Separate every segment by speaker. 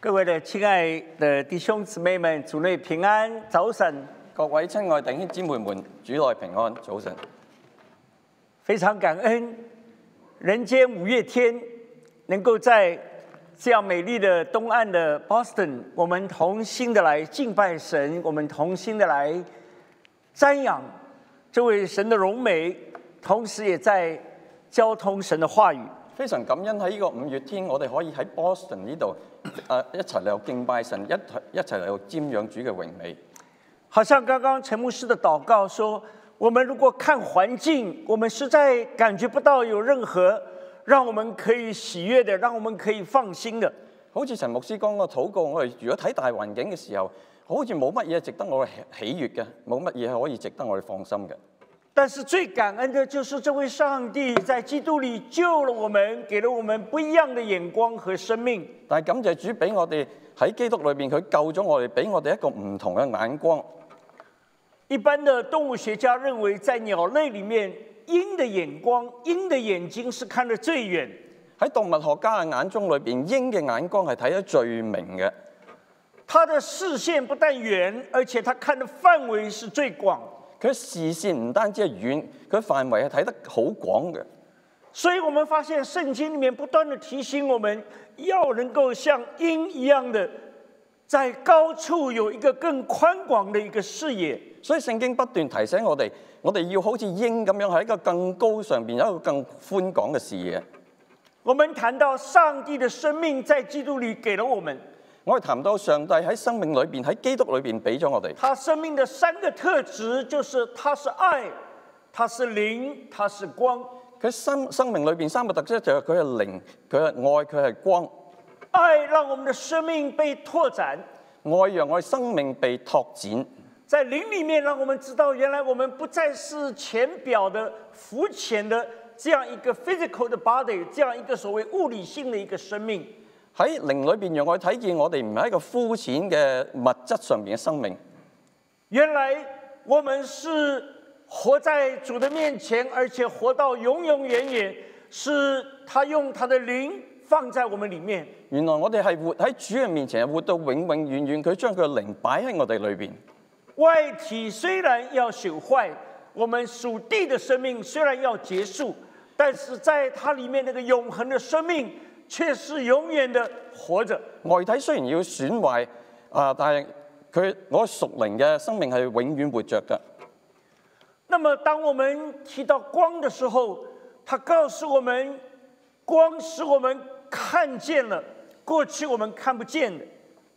Speaker 1: 各位的亲爱的弟兄姊妹们，主内平安，早晨！
Speaker 2: 各位親愛弟兄姊妹們，主內平安，早晨！
Speaker 1: 非常感恩人间五月天能够在这样美丽的东岸的 Boston，我们同心的来敬拜神，我们同心的来瞻仰这位神的荣美，同时也在交通神的话语。
Speaker 2: 非常感恩喺呢個五月天，我哋可以喺 Boston 呢度誒一齊嚟到敬拜神，一齊一齊嚟到瞻仰主嘅榮美。
Speaker 1: 好像刚刚陈牧师的祷告说，我们如果看环境，我们实在感觉不到有任何让我们可以喜悦的，让我们可以放心的。
Speaker 2: 好似陳牧師講個禱告，我哋如果睇大環境嘅時候，好似冇乜嘢值得我哋喜喜悅嘅，冇乜嘢可以值得我哋放心嘅。
Speaker 1: 但是最感恩的就是这位上帝在基督里救了我们，给了我们不一样的眼光和生命。
Speaker 2: 但係感謝主俾我哋喺基督裏邊，佢救咗我哋，俾我哋一個唔同嘅眼光。
Speaker 1: 一般的动物学家认为，在鸟类里面，鹰的眼光、鹰的眼睛是看得最远，
Speaker 2: 喺動物學家嘅眼中裏邊，鷹嘅眼光係睇得最明嘅。
Speaker 1: 它的视线不但远，而且它看的范围是最广。
Speaker 2: 佢視線唔單止係遠，佢範圍係睇得好廣嘅。
Speaker 1: 所以我们发现圣经里面不断的提醒我们要能够像鹰一样的，在高处有一个更宽广的一个视野。
Speaker 2: 所以聖經不斷提醒我哋，我哋要好似鷹咁樣喺一個更高上邊有一個更寬廣嘅視野。
Speaker 1: 我们谈到上帝的生命在基督里给了我们，
Speaker 2: 我哋談到上帝喺生命裏邊，喺基督裏邊俾咗我哋，
Speaker 1: 他生命的三个特质就是他是爱，他是灵，他是光。
Speaker 2: 佢生生命裏邊三個特質就係佢係靈，佢係愛，佢係光。
Speaker 1: 爱让我们的生命被拓展，
Speaker 2: 愛讓我哋生命被拓展，
Speaker 1: 在灵里面让我们知道，原来我们不再是浅表的、肤浅的这样一个 physical 的 body，这样一个所谓物理性的一个生命，
Speaker 2: 喺靈裏邊讓我哋睇見我哋唔係一個膚淺嘅物質上邊嘅生命。
Speaker 1: 原来我们是活在主的面前，而且活到永永远远，是他用他的灵放在我们里面。
Speaker 2: 原來我哋係活喺主嘅面前，係活到永永遠遠。佢將佢嘅靈擺喺我哋裏邊。
Speaker 1: 外体虽然要朽坏，我们属地的生命虽然要结束，但是在它里面那个永恒的生命却是永远的活着。
Speaker 2: 外體雖然要損壞啊，但係佢我屬靈嘅生命係永遠活着嘅。
Speaker 1: 那么，当我们提到光的时候，它告诉我们，光使我们看见了过去我们看不见的。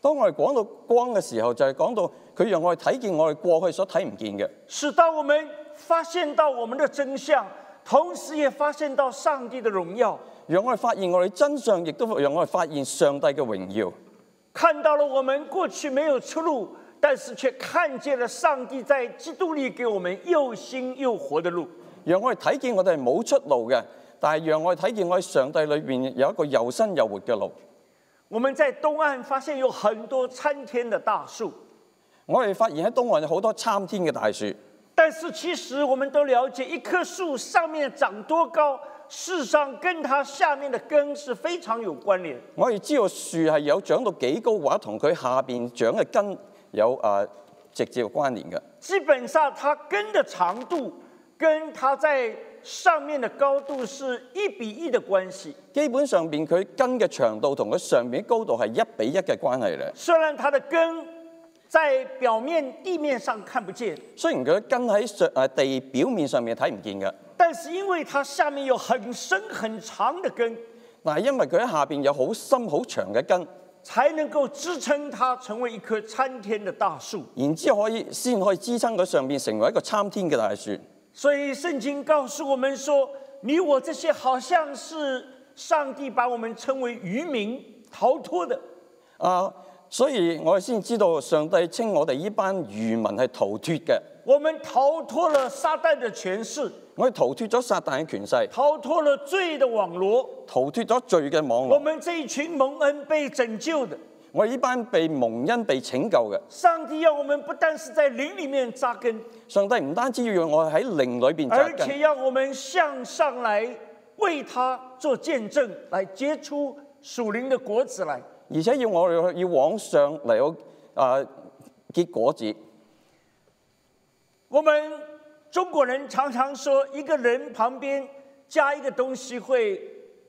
Speaker 2: 當我哋講到光嘅時候，就係、講到佢讓我哋睇見我哋過去所睇唔見嘅，
Speaker 1: 使到我们发现到我们的真相，同时也发现到上帝的荣耀，
Speaker 2: 讓我哋發現我哋真相，亦都讓我哋發現上帝嘅榮耀。
Speaker 1: 看到了我们过去没有出路，但是却看见了上帝在基督里给我们又新又活的路。
Speaker 2: 讓我哋睇見我哋係冇出路嘅，但係讓我哋睇見我哋上帝裏邊有一個又新又活嘅路。
Speaker 1: 我们在东岸发现有很多参天的大树，
Speaker 2: 我哋發現喺東岸有好多參天嘅大樹。
Speaker 1: 但是其实我们都了解，一棵树上面长多高，事实上跟它下面的根是非常有关联。
Speaker 2: 我哋知道樹係有長到幾高嘅話，同佢下邊長嘅根有啊、呃直接嘅關聯嘅。
Speaker 1: 基本上它根的长度跟它在上面的高度是一比一的关系。
Speaker 2: 基本上邊佢根嘅長度同佢上面嘅高度係一比一嘅關係咧。
Speaker 1: 虽然它的根在表面地面上看不见，
Speaker 2: 雖然佢嘅根喺上誒地表面上面睇唔見嘅，
Speaker 1: 但是因为它下面有很深很长的根，
Speaker 2: 但係因為佢喺下邊有好深好長嘅根，
Speaker 1: 才能够支撑它成为一棵参天的大树。
Speaker 2: 然之後可以先可以支撐佢上邊成為一個參天嘅大樹。
Speaker 1: 所以圣经告诉我们说，你我这些好像是上帝把我们称为渔民逃脱的，
Speaker 2: 啊，所以我哋先知道上帝稱我哋呢班漁民係逃脱嘅，
Speaker 1: 我们逃脱了撒旦的权势。
Speaker 2: 我哋逃脱咗撒旦嘅權勢，
Speaker 1: 逃脱了罪的网罗，
Speaker 2: 逃脱咗罪嘅網
Speaker 1: 我
Speaker 2: 絡。
Speaker 1: 们这一群蒙恩被拯救的。
Speaker 2: 我哋呢班被蒙恩、被拯救嘅，
Speaker 1: 上帝要我们不但是在灵里面扎根，
Speaker 2: 上帝唔單止要讓我哋喺靈裏邊扎
Speaker 1: 而且
Speaker 2: 根，
Speaker 1: 要我们向上来为他做见证，来结出属灵的果子来。
Speaker 2: 而且要我哋去要往上嚟到啊結果子。
Speaker 1: 我们中国人常常说，一个人旁边加一个东西，会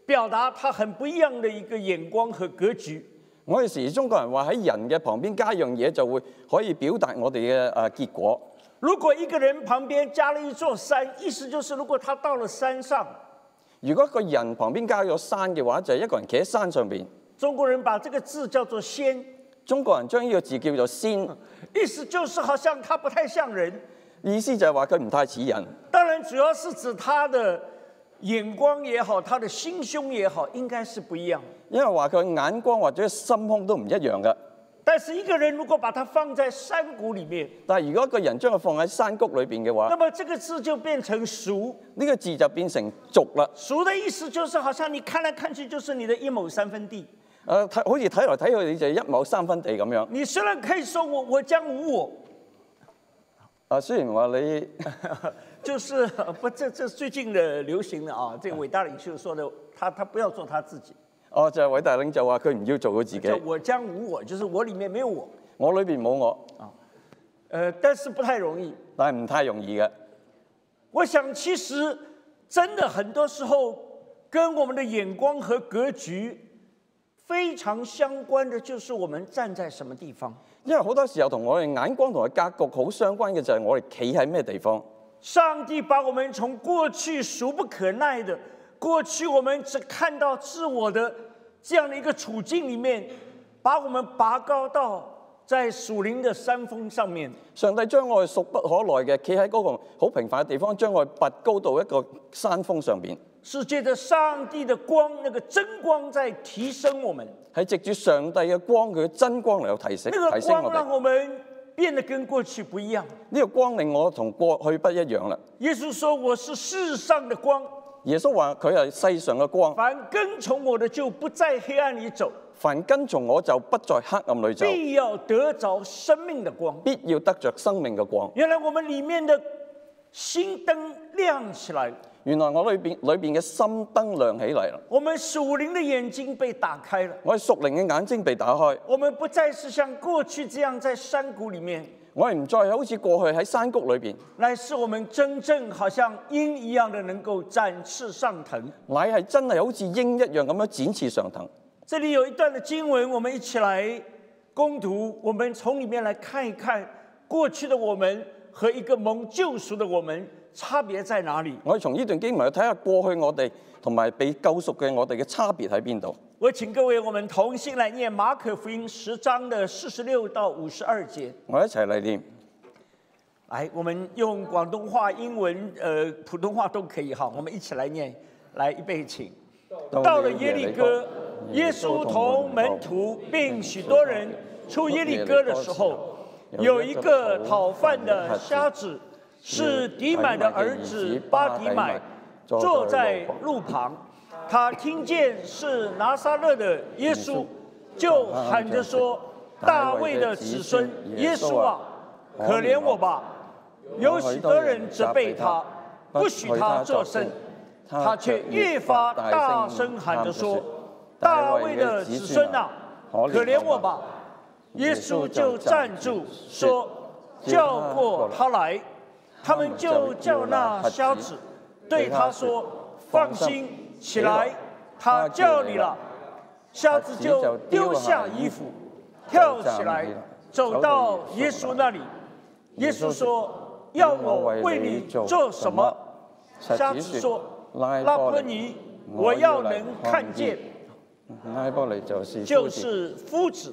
Speaker 1: 表达他很不一样的一個眼光和格局。
Speaker 2: 我哋時中國人話喺人嘅旁邊加一樣嘢，就會可以表達我哋嘅誒結果。
Speaker 1: 如果一个人旁边加了一座山，意思就是如果他到了山上，
Speaker 2: 如果一個人旁邊加咗山嘅話，就係、一個人企喺山上邊。
Speaker 1: 中国人把这个字叫做“仙
Speaker 2: 中國人將呢個字叫做仙，”，
Speaker 1: 意思就是好像他不太像人。
Speaker 2: 意思就係話佢唔太似人。
Speaker 1: 当然，主要是指他的眼光也好，他的心胸也好，应该是不一样。
Speaker 2: 因為話佢眼光或者心胸都唔一樣嘅。
Speaker 1: 但是一个人如果把它放在山谷里面，
Speaker 2: 但係如果一個人將佢放喺山谷裏邊嘅話，
Speaker 1: 那
Speaker 2: 呢、
Speaker 1: 么这个字就变成俗。
Speaker 2: 個字就變成俗啦。
Speaker 1: 俗的意思就是好像你看来看去就是你的一亩三分地。
Speaker 2: 誒、呃睇好似睇來睇去你就係一畝三分地咁樣。誒、
Speaker 1: 你虽然可以说我我将无我，
Speaker 2: 啊雖然話你
Speaker 1: 就是 呃不这这最近的流行的啊，这个伟大领袖说的，他他不要做他自己，
Speaker 2: 哦就係、偉大領袖話佢唔要做佢自
Speaker 1: 叫
Speaker 2: 己，
Speaker 1: 我将无我，就是我里面没有我。
Speaker 2: 我裏邊冇我，
Speaker 1: 呃，但是不太容易。
Speaker 2: 但係唔太容易嘅。
Speaker 1: 我想，其实真的很多时候跟我们的眼光和格局非常相关的，就是我们站在什么地方。
Speaker 2: 因為好多時候同我哋眼光同埋格局好相關嘅就係我哋企喺咩地方。
Speaker 1: 上帝把我们从过去俗不可耐的、过去我们只看到自我的这样的一个处境里面，把我们拔高到在属灵的山峰上面。
Speaker 2: 上帝將我哋熟不可耐嘅企喺嗰個好平凡嘅地方，將我哋拔高到一個山峰上邊，
Speaker 1: 是借着上帝的光，那个真光在提升我们，
Speaker 2: 係藉住上帝嘅光，佢嘅真光嚟到提升
Speaker 1: 那个
Speaker 2: 提升我
Speaker 1: 光
Speaker 2: 哋
Speaker 1: 让。我們變得跟過去不一樣。
Speaker 2: 呢個光令我同過去不一樣啦。
Speaker 1: 耶穌說：“我是世上的光，
Speaker 2: 耶穌話：佢係世上嘅光，
Speaker 1: 凡跟從我的，就不在黑暗里走，
Speaker 2: 凡跟從我就不在黑暗裏走，
Speaker 1: 必要得着生命的光。
Speaker 2: 必要得着生命嘅光”。
Speaker 1: 原來我們裡面的心燈亮起來，
Speaker 2: 原來我裏邊裏邊嘅心燈亮起嚟啦，
Speaker 1: 我們屬靈的眼睛被打開了，
Speaker 2: 我哋屬靈嘅眼睛被打開，
Speaker 1: 我們不再是像過去這樣在山谷裡面，
Speaker 2: 我哋唔再好似過去喺山谷裏邊，
Speaker 1: 乃是我們真正好像鷹一樣的能夠展翅上騰。
Speaker 2: 乃係真係好似鷹一樣咁樣展翅上騰。
Speaker 1: 这里有一段的经文，我们一起来攻读，我们从里面来看一看过去的我们和一个蒙救赎的我们差别在哪里。
Speaker 2: 我哋從呢段經文去睇下過去我哋同埋被救贖嘅我哋嘅差別喺邊度。
Speaker 1: 我请各位，我们同心来念马可福音十章的四十六到五十二节。
Speaker 2: 我一齊嚟念。
Speaker 1: 来，我们用广东话、英文、呃普通话都可以哈，我们一起来念。来，预备，请。到了耶利哥，耶稣同门徒并许多人出耶利哥的时候，有一个讨饭的瞎子，是迪买的儿子巴迪买，坐在路旁。他听见是拿撒勒的耶稣，就喊着说：“大卫的子孙耶稣啊，可怜我吧！”有许多人责备他，不许他作声。他却越发大声喊着说：“大卫的子孙啊，可怜我！吧！”耶稣就站住说：“叫过他来。”他们就叫那瞎子，对他说：“放心起来，他叫你了。”瞎子就丢下衣服，跳起来，走到耶稣那里。耶稣说：“要我为你做什么？”瞎子说：“拉波尼，我要能看见。”
Speaker 2: 拉波尼就是
Speaker 1: 就是夫子。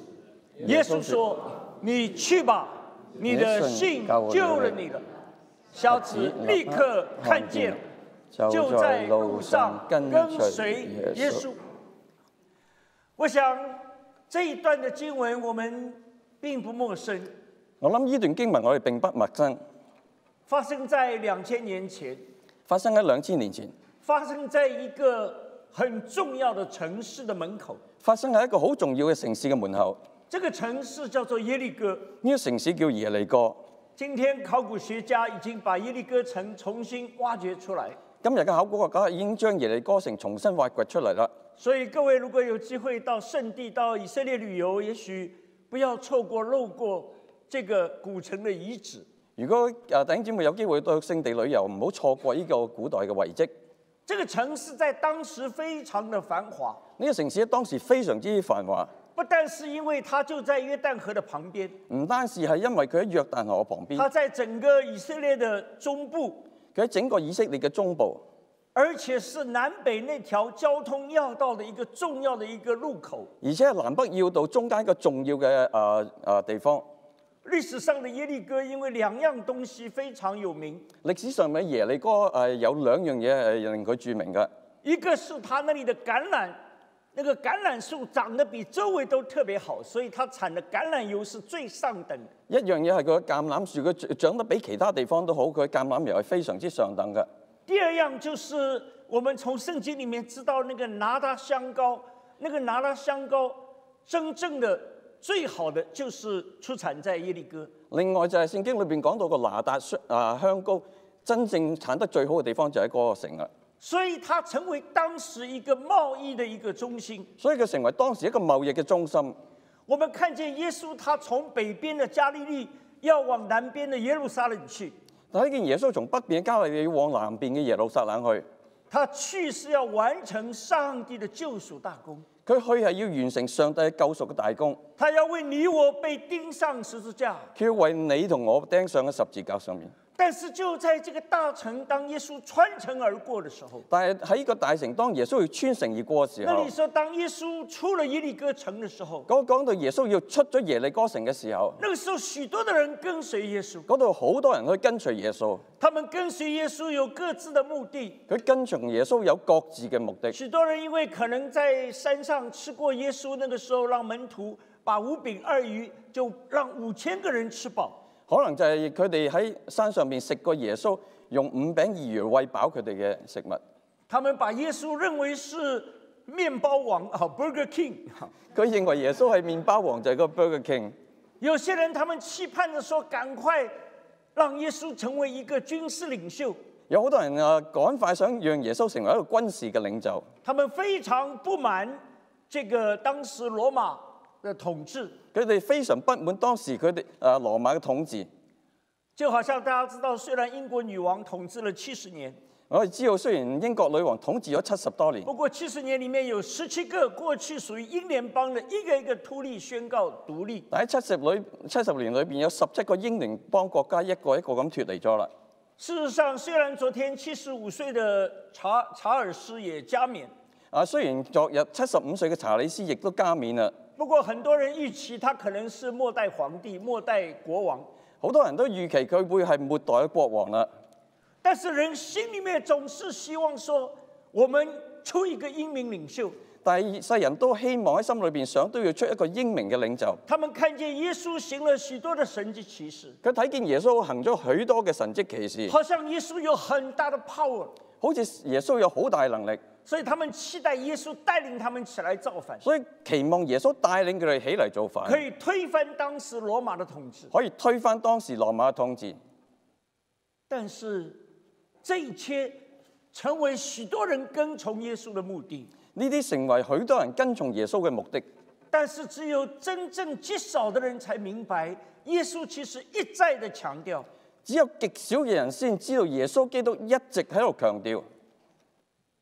Speaker 1: 耶稣说：“你去吧，你的信救了你了。”小子立刻看见了，就在路上跟随耶稣。我想这一段的经文我们并不陌生，
Speaker 2: 我諗呢段經文我哋並不陌生，
Speaker 1: 发生在两千年前，
Speaker 2: 發生喺兩千年前，
Speaker 1: 发生在一个很重要的城市的门口。
Speaker 2: 發生喺一個好重要嘅城市嘅門口。
Speaker 1: 这个城市叫做耶利哥。
Speaker 2: 呢、個城市叫耶利哥。
Speaker 1: 今天考古学家已经把耶利哥城重新挖掘出来，
Speaker 2: 今日嘅考古學家已經將耶利哥城重新挖掘出嚟啦。
Speaker 1: 所以各位如果有机会到圣地、到以色列旅游，也许不要错过、漏过这个古城的遗址。
Speaker 2: 如果誒弟兄姊妹有機會到聖地旅遊，唔好錯過呢個古代嘅遺跡。
Speaker 1: 这个城市在当时非常的繁华，
Speaker 2: 呢、個城市當時非常之繁華，
Speaker 1: 不但是因为它就在约旦河的旁边，
Speaker 2: 唔單是係因為佢喺約旦河旁邊，
Speaker 1: 它在整个以色列的中部，
Speaker 2: 佢喺整個以色列嘅中部，
Speaker 1: 而且是南北那条交通要道的一个重要的一个路口。
Speaker 2: 而且係南北要道中間一個重要嘅誒誒地方。
Speaker 1: 历史上的耶利哥因为两样东西非常有名，
Speaker 2: 歷史上嘅耶利哥誒、有兩樣嘢係令佢著名嘅，
Speaker 1: 一个是它那里的橄榄，那个橄榄树长得比周围都特别好，所以它产的橄榄油是最上等的。
Speaker 2: 一樣嘢係佢嘅橄欖樹，佢長得比其他地方都好，佢嘅橄欖油係非常之上等嘅。
Speaker 1: 第二样就是我们从圣经里面知道那个拿达香膏，那个拿达香膏真正的最好的就是出产在耶利哥。
Speaker 2: 另外就係聖經裏邊講到個拿達香啊香膏，真正產得最好嘅地方就喺嗰個城啊啦。
Speaker 1: 所以它成为当时一个贸易的一个中心。
Speaker 2: 所以佢成為當時一個貿易嘅中心。
Speaker 1: 我们看见耶稣他从北边的加利利要往南边的耶路撒冷去，
Speaker 2: 睇見耶穌從北邊嘅加利利往南邊嘅耶路撒冷去，
Speaker 1: 他去是要完成上帝的救赎大功，
Speaker 2: 佢去係要完成上帝救贖嘅大功，
Speaker 1: 他要为你我被钉上十字架。
Speaker 2: 佢要為你同我釘上嘅十字架上面。
Speaker 1: 但是就在这个大城，当耶稣穿城而过的时候，
Speaker 2: 但係喺呢個大城，當耶穌要穿城而過嘅時
Speaker 1: 那
Speaker 2: 候
Speaker 1: 你，说当耶稣出了耶利哥城的时候，
Speaker 2: 嗰講到耶穌要出咗耶利哥城嘅時候，
Speaker 1: 那个时候许多的人跟随耶稣，
Speaker 2: 嗰度好多人去跟隨耶穌，
Speaker 1: 他们跟随耶稣有各自的目的，
Speaker 2: 佢跟從耶穌有各自嘅目的。
Speaker 1: 许多人因为可能在山上吃过耶稣那个时候，让门徒把五饼二鱼就让五千个人吃饱。
Speaker 2: 可能就係佢哋喺山上面食過耶穌用五餅二魚餵飽佢哋嘅食物，
Speaker 1: 他们把耶稣认为是面包王啊，Burger King。
Speaker 2: 佢認為耶穌係麵包王就係、個 Burger King。
Speaker 1: 有些人他们期盼着说，赶快让耶稣成为一个军事领袖，
Speaker 2: 有好多人啊，趕快想讓耶穌成為一個軍事嘅領袖，
Speaker 1: 他们非常不满这个当时罗马的统治。
Speaker 2: 佢哋非常不滿當時佢哋啊羅馬嘅統治。
Speaker 1: 就好像大家知道，虽然英国女王统治了七十年，
Speaker 2: 我哋知道，雖然英國女王統治咗七十多年，
Speaker 1: 不过七十年里面有十七个过去属于英联邦的一个一个突立宣告独立，
Speaker 2: 但喺七十裏七十年裏邊有十七個英聯邦國家一個一個咁脱離咗啦。
Speaker 1: 事实上，虽然昨天七十五岁的查查尔斯也加冕，
Speaker 2: 啊，雖然昨日七十五歲嘅查理斯亦都加冕啦，
Speaker 1: 不过很多人预期他可能是末代皇帝、末代国王。
Speaker 2: 好多人都預期佢會係末代嘅國王啦。
Speaker 1: 但是人心里面总是希望说，我们出一个英明领袖。
Speaker 2: 但係世人都希望喺心裏邊想都要出一個英明嘅領袖。
Speaker 1: 他们看见耶稣行了许多的神迹奇事，
Speaker 2: 佢睇見耶穌行咗許多嘅神蹟奇事，
Speaker 1: 好像耶稣有很大的 power，
Speaker 2: 好似耶穌有好大能力，
Speaker 1: 所以他们期待耶稣带领他们起来造反，
Speaker 2: 所以期望耶穌帶領佢哋起嚟造反，
Speaker 1: 可以推翻当时罗马的统治。
Speaker 2: 可以推翻當時羅馬嘅統治。
Speaker 1: 但是这一切成为许多人跟从耶稣的目的。
Speaker 2: 呢啲成為許多人跟從耶穌嘅目的。
Speaker 1: 但是只有真正极少的人才明白，耶稣其实一再的强调，
Speaker 2: 只有極少嘅人先知道耶穌基督一直喺度強調，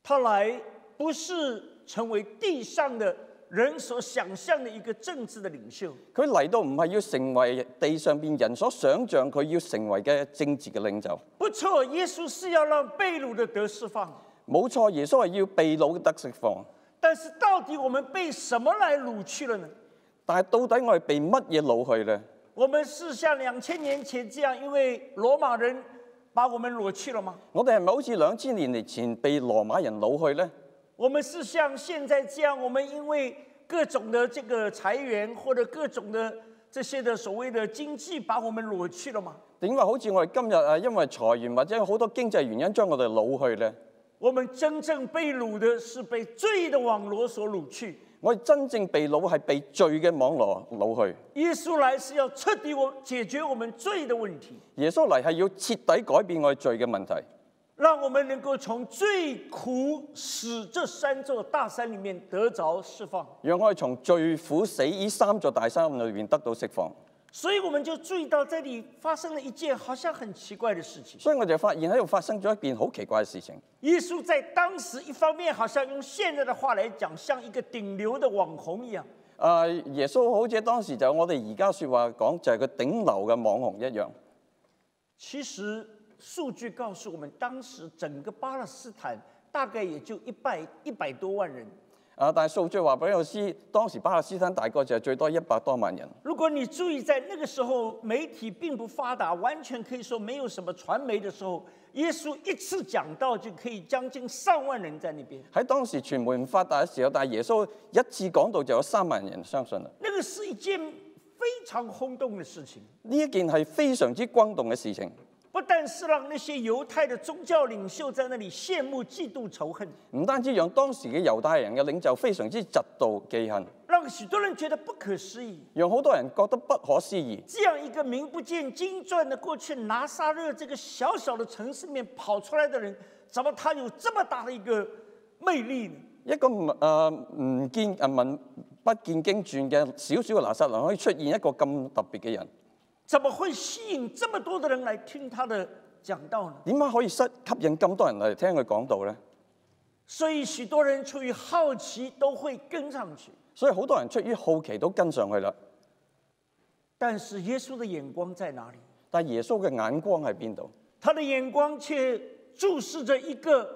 Speaker 1: 他来不是成为地上的人所想象的一个政治的领袖，
Speaker 2: 佢嚟到唔係要成為地上邊人所想像佢要成為嘅政治嘅領袖。
Speaker 1: 不错，耶稣是要让被掳的得释放，
Speaker 2: 冇錯，耶穌係要被掳得釋放。
Speaker 1: 但是到底我们被什么来掳去了呢？
Speaker 2: 但係到底我哋被乜嘢掳去呢？
Speaker 1: 我们是像两千年前这样，因为罗马人把我们掳去了吗？
Speaker 2: 我哋係咪好似兩千年嚟前被羅馬人掳去呢？
Speaker 1: 我们是像现在这样，我们因为各种的这个裁员或者各种的这些的所谓的经济把我们掳去了吗？
Speaker 2: 定話好似我哋今日啊，因為裁員或者好多經濟原因將我哋掳去呢？
Speaker 1: 我们真正被掳的是被罪的网罗所掳去。
Speaker 2: 我哋真正被掳係被罪嘅網羅掳去。
Speaker 1: 耶稣来是要彻底我解决我们罪的问题，
Speaker 2: 耶穌嚟係要徹底改變我哋罪嘅問題。
Speaker 1: 让我们能够从最苦死这三座大山里面得着释放。
Speaker 2: 讓我哋從最苦死呢三座大山裏邊得到釋放。
Speaker 1: 所以我们就注意到这里发生了一件好像很奇怪的事情。
Speaker 2: 所以我就發現喺度發生咗一件好奇怪嘅事情。
Speaker 1: 耶稣在当时一方面好像用现在的话来讲，像一个顶流的网红一样，
Speaker 2: 啊、耶穌好似當時就我哋而家説話講就係佢頂流嘅網紅一樣。
Speaker 1: 其实数据告诉我们，当时整个巴勒斯坦大概也就一百一百多万人。
Speaker 2: 啊、但係數據話俾我知，當時巴勒斯坦大概就係最多一百多萬人。
Speaker 1: 如果你注意在那个时候媒体并不发达，完全可以说没有什么传媒的时候，耶稣一次讲道就可以将近上万人在那边。
Speaker 2: 喺當時傳媒唔發達嘅時候，但係耶穌一次講到就有三萬人相信啦。
Speaker 1: 那个是一件非常轰动的事情，
Speaker 2: 呢一件係非常之轟動嘅事情，
Speaker 1: 不但是让那些犹太的宗教领袖在那里羡慕、嫉妒、仇恨，
Speaker 2: 唔單止讓當時嘅猶太人嘅領袖非常之嫉妒記恨，
Speaker 1: 让许多人觉得不可思议。
Speaker 2: 讓好多人覺得不可思議。
Speaker 1: 这样一个名不见经传的过去拿撒勒这个小小的城市里面跑出来的人，怎么他有这么大的一個魅力呢？
Speaker 2: 一個唔誒唔見誒文不見經傳嘅小小嘅拿撒勒可以出現一個咁特別嘅人，
Speaker 1: 怎么会吸引这么多的人来听他的讲道呢？
Speaker 2: 點解可以吸吸引咁多人嚟聽佢講道呢？
Speaker 1: 所以许多人出于好奇都会跟上去。
Speaker 2: 所以好多人出於好奇都跟上去啦。
Speaker 1: 但是耶穌的眼光在哪里？
Speaker 2: 但係耶穌嘅眼光喺邊度？
Speaker 1: 他的眼光却注视着一个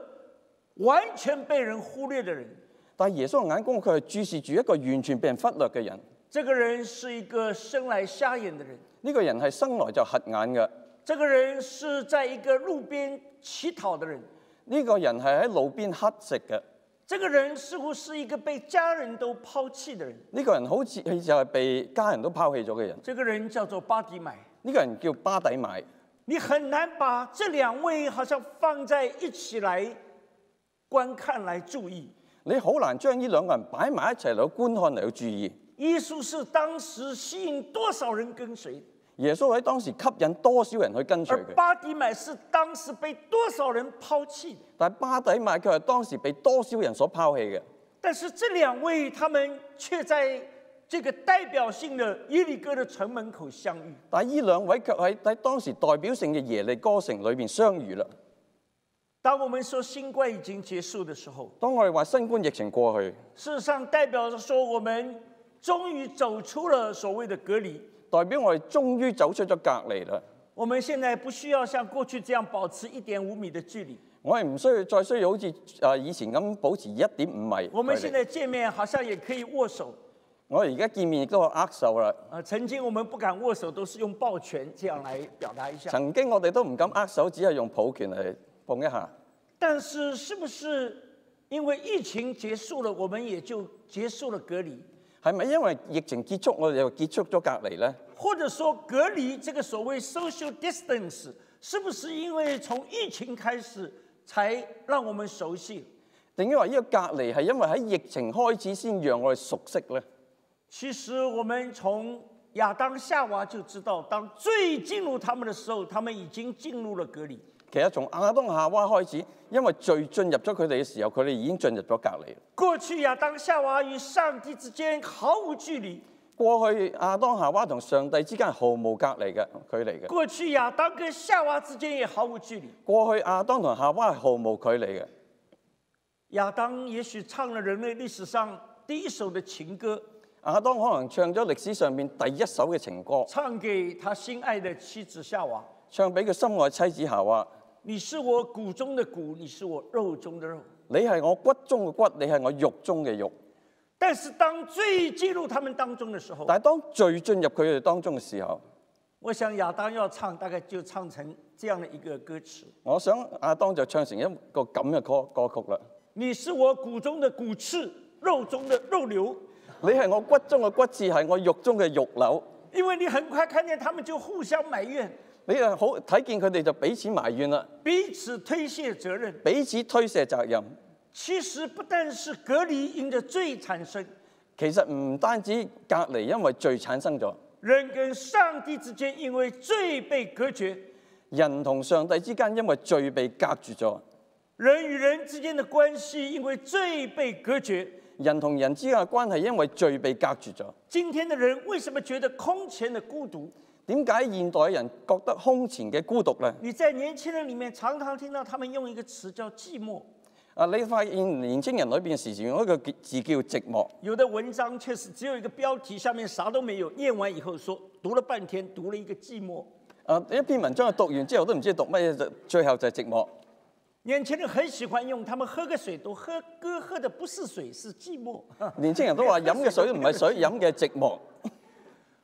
Speaker 1: 完全被人忽略的人。
Speaker 2: 但係耶穌嘅眼光佢係注視住一個完全被人忽略嘅人。
Speaker 1: 这个人是一个生来瞎眼的人，
Speaker 2: 呢、個人係生來就瞎眼嘅，
Speaker 1: 这个人是在一个路边乞讨的人，
Speaker 2: 呢、個人係喺路邊乞食嘅，呢、
Speaker 1: 这个人似乎是一个被家人都拋弃的人。
Speaker 2: 個人好似就係被家人都拋棄咗嘅人。
Speaker 1: 这个人叫做巴迪买。
Speaker 2: 呢、個人叫巴底買，
Speaker 1: 你很难把这两位好像放在一起来观看、来注意。
Speaker 2: 你好難將呢兩個人擺埋一齊嚟到觀看嚟到注意。
Speaker 1: 耶稣是当时吸引多少人跟随，
Speaker 2: 耶穌喺當時吸引多少人去跟隨
Speaker 1: 而
Speaker 2: 佢？
Speaker 1: 巴迪买是当时被多少人抛弃的。
Speaker 2: 但係巴底買佢係當時被多少人所拋棄嘅。
Speaker 1: 但是这两位他们却在这个代表性的耶利哥的城门口相遇。
Speaker 2: 但係呢兩位卻喺喺當時代表性嘅耶利哥城裏邊相遇啦。
Speaker 1: 当我们说新冠已经结束的时候，
Speaker 2: 當我哋話新冠疫情過去，
Speaker 1: 事实上代表着说我们终于走出了所谓的隔离。
Speaker 2: 代表我哋終於走出咗隔離啦。
Speaker 1: 我们现在不需要像过去这样保持一点五米的距离，
Speaker 2: 我哋唔需要再需要好似誒以前咁保持一點五米距離。
Speaker 1: 我们现在见面好像也可以握手。
Speaker 2: 我哋而家見面亦都係握手啦。
Speaker 1: 呃，曾经我们不敢握手，都是用抱拳这样来表达一下。
Speaker 2: 曾經我哋都唔敢握手，只係用抱拳嚟碰一下。
Speaker 1: 但是，是不是因为疫情结束了，我们也就结束了隔离，
Speaker 2: 係咪因為疫情結束，我哋就結束咗隔離呢？
Speaker 1: 或者说隔离这个所谓 social distance，是不是因为从疫情开始才讓我们熟悉？
Speaker 2: 定因為呢個隔離係因為喺疫情開始先讓我哋熟悉呢？
Speaker 1: 其实我们从亚当夏娃就知道，当最进入他们的时候，他们已经进入了隔离。
Speaker 2: 其實從亞當夏娃開始，因為罪進入咗佢哋嘅時候，佢哋已經進入咗隔離。
Speaker 1: 过去亚当夏娃与上帝之间毫无距离，
Speaker 2: 過去亞當夏娃同上帝之間係毫無隔離嘅距離嘅。
Speaker 1: 过去亚当跟夏娃之间也毫无距离。
Speaker 2: 過去亞當同夏娃係毫無距離嘅。
Speaker 1: 亚当也许唱了人类历史上第一首的情歌，
Speaker 2: 亞當可能唱咗歷史上面第一首嘅情歌，
Speaker 1: 唱给他心爱的妻子夏娃
Speaker 2: 唱俾佢心愛妻子夏娃：：“
Speaker 1: 你是我骨中的骨，你是我肉中的肉。
Speaker 2: 你係我骨中嘅骨，你係我肉中嘅肉。”
Speaker 1: 但是当罪进入他们当中的时候，
Speaker 2: 但係當罪進入佢哋當中嘅時候，
Speaker 1: 我想亚当要唱，大概就唱成这样的一个歌词
Speaker 2: 我想亞當就唱成一個咁嘅歌歌曲啦。：“
Speaker 1: 你是我骨中的骨刺，肉中的肉瘤。”
Speaker 2: 你係我骨中嘅骨刺，係我肉中嘅肉瘤。
Speaker 1: 因为你很快看见他们就互相埋怨，
Speaker 2: 你係好睇見佢哋就彼此埋怨啦，
Speaker 1: 彼此推卸责任。
Speaker 2: 彼此推卸責任。
Speaker 1: 其实不但是隔离因着罪产生，
Speaker 2: 其實唔單止隔離，因為罪產生咗，
Speaker 1: 人跟上帝之间因为罪被隔绝，
Speaker 2: 人同上帝之間因為罪被隔絕咗，
Speaker 1: 人与人之间的关系因为罪被隔绝。
Speaker 2: 人同人之間嘅關係因為罪被隔絕咗。
Speaker 1: 今天的人为什么觉得空前的孤独？
Speaker 2: 點解現代人覺得空前嘅孤獨呢？
Speaker 1: 你在年轻人里面常常听到他們用一个詞叫寂寞，
Speaker 2: 啊，你發現年青人裏邊時時用一個字叫寂寞，
Speaker 1: 有的文章确实只有一个标题，下面啥都没有，念完以后说读了半天，读了一个寂寞。
Speaker 2: 啊，一篇文章讀完之後都唔知讀乜嘢，就最後就係寂寞。
Speaker 1: 年轻人很喜欢用，他们喝个水都喝歌喝的不是水，是寂寞。
Speaker 2: 年青人都話飲嘅水唔係水，飲嘅係寂寞。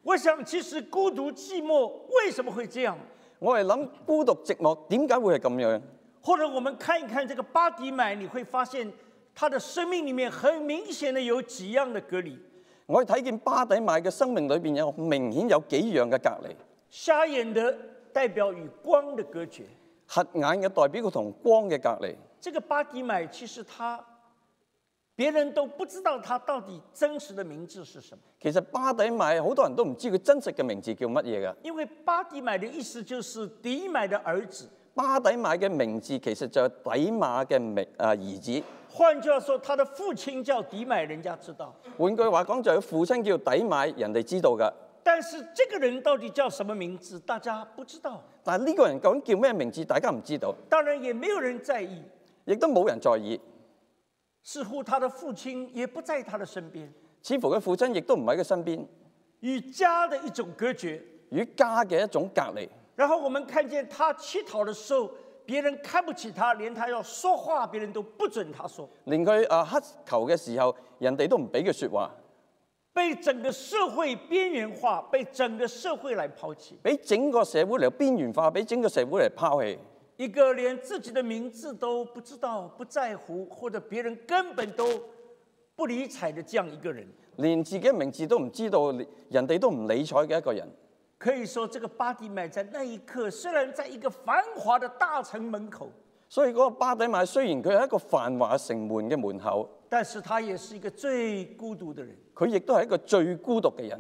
Speaker 1: 我想，其实孤独寂寞为什么会这样？
Speaker 2: 我係諗孤獨寂寞點解會係咁樣？
Speaker 1: 或者我们看一看这个巴迪买，你会发现他的生命里面很明显的有几样的隔离：
Speaker 2: 我哋睇見巴底買嘅生命裏邊有明顯有幾樣嘅隔離，
Speaker 1: 瞎眼的代表与光的隔绝。
Speaker 2: 瞎眼嘅代表佢同光嘅隔離。
Speaker 1: 这个巴迪买其实他，别人都不知道他到底真实的名字是什么，
Speaker 2: 其實巴底買好多人都唔知佢真實嘅名字叫乜嘢㗎。
Speaker 1: 因为巴迪买的意思就是迪买的儿子，
Speaker 2: 巴底買嘅名字其實就係底馬嘅名啊兒子。
Speaker 1: 换句话说，他的父亲叫迪买，人家知道。
Speaker 2: 換句話講，就係佢父親叫底買，人哋知道㗎。
Speaker 1: 但是这个人到底叫什么名字，大家不知道，
Speaker 2: 但係呢個人究竟叫咩名字，大家唔知道，
Speaker 1: 当然也没有人在意。
Speaker 2: 亦都冇人在意。
Speaker 1: 似乎他的父亲也不在他的身边，
Speaker 2: 似乎佢父親亦都唔喺佢身邊，
Speaker 1: 与家的一种隔绝。
Speaker 2: 與家嘅一種隔離。
Speaker 1: 然后我们看见他乞讨的时候，别人看不起他，连他要说话，别人都不准他说。
Speaker 2: 令佢啊乞求嘅時候，人哋都唔俾佢説話，
Speaker 1: 被整个社会边缘化，被整个社会来抛弃。
Speaker 2: 俾整個社會嚟邊緣化，俾整個社會嚟拋棄。
Speaker 1: 一个连自己的名字都不知道、不在乎，或者别人根本都不理睬的这样一个人，
Speaker 2: 連自己嘅名字都唔知道，連人哋都唔理睬嘅一個人。
Speaker 1: 可以说这个巴迪麦在那一刻，虽然在一个繁华的大城门口，
Speaker 2: 所以嗰個巴底買雖然佢係一個繁華城門嘅門口，
Speaker 1: 但是他也是一个最孤独的人。
Speaker 2: 佢亦都係一個最孤獨嘅人。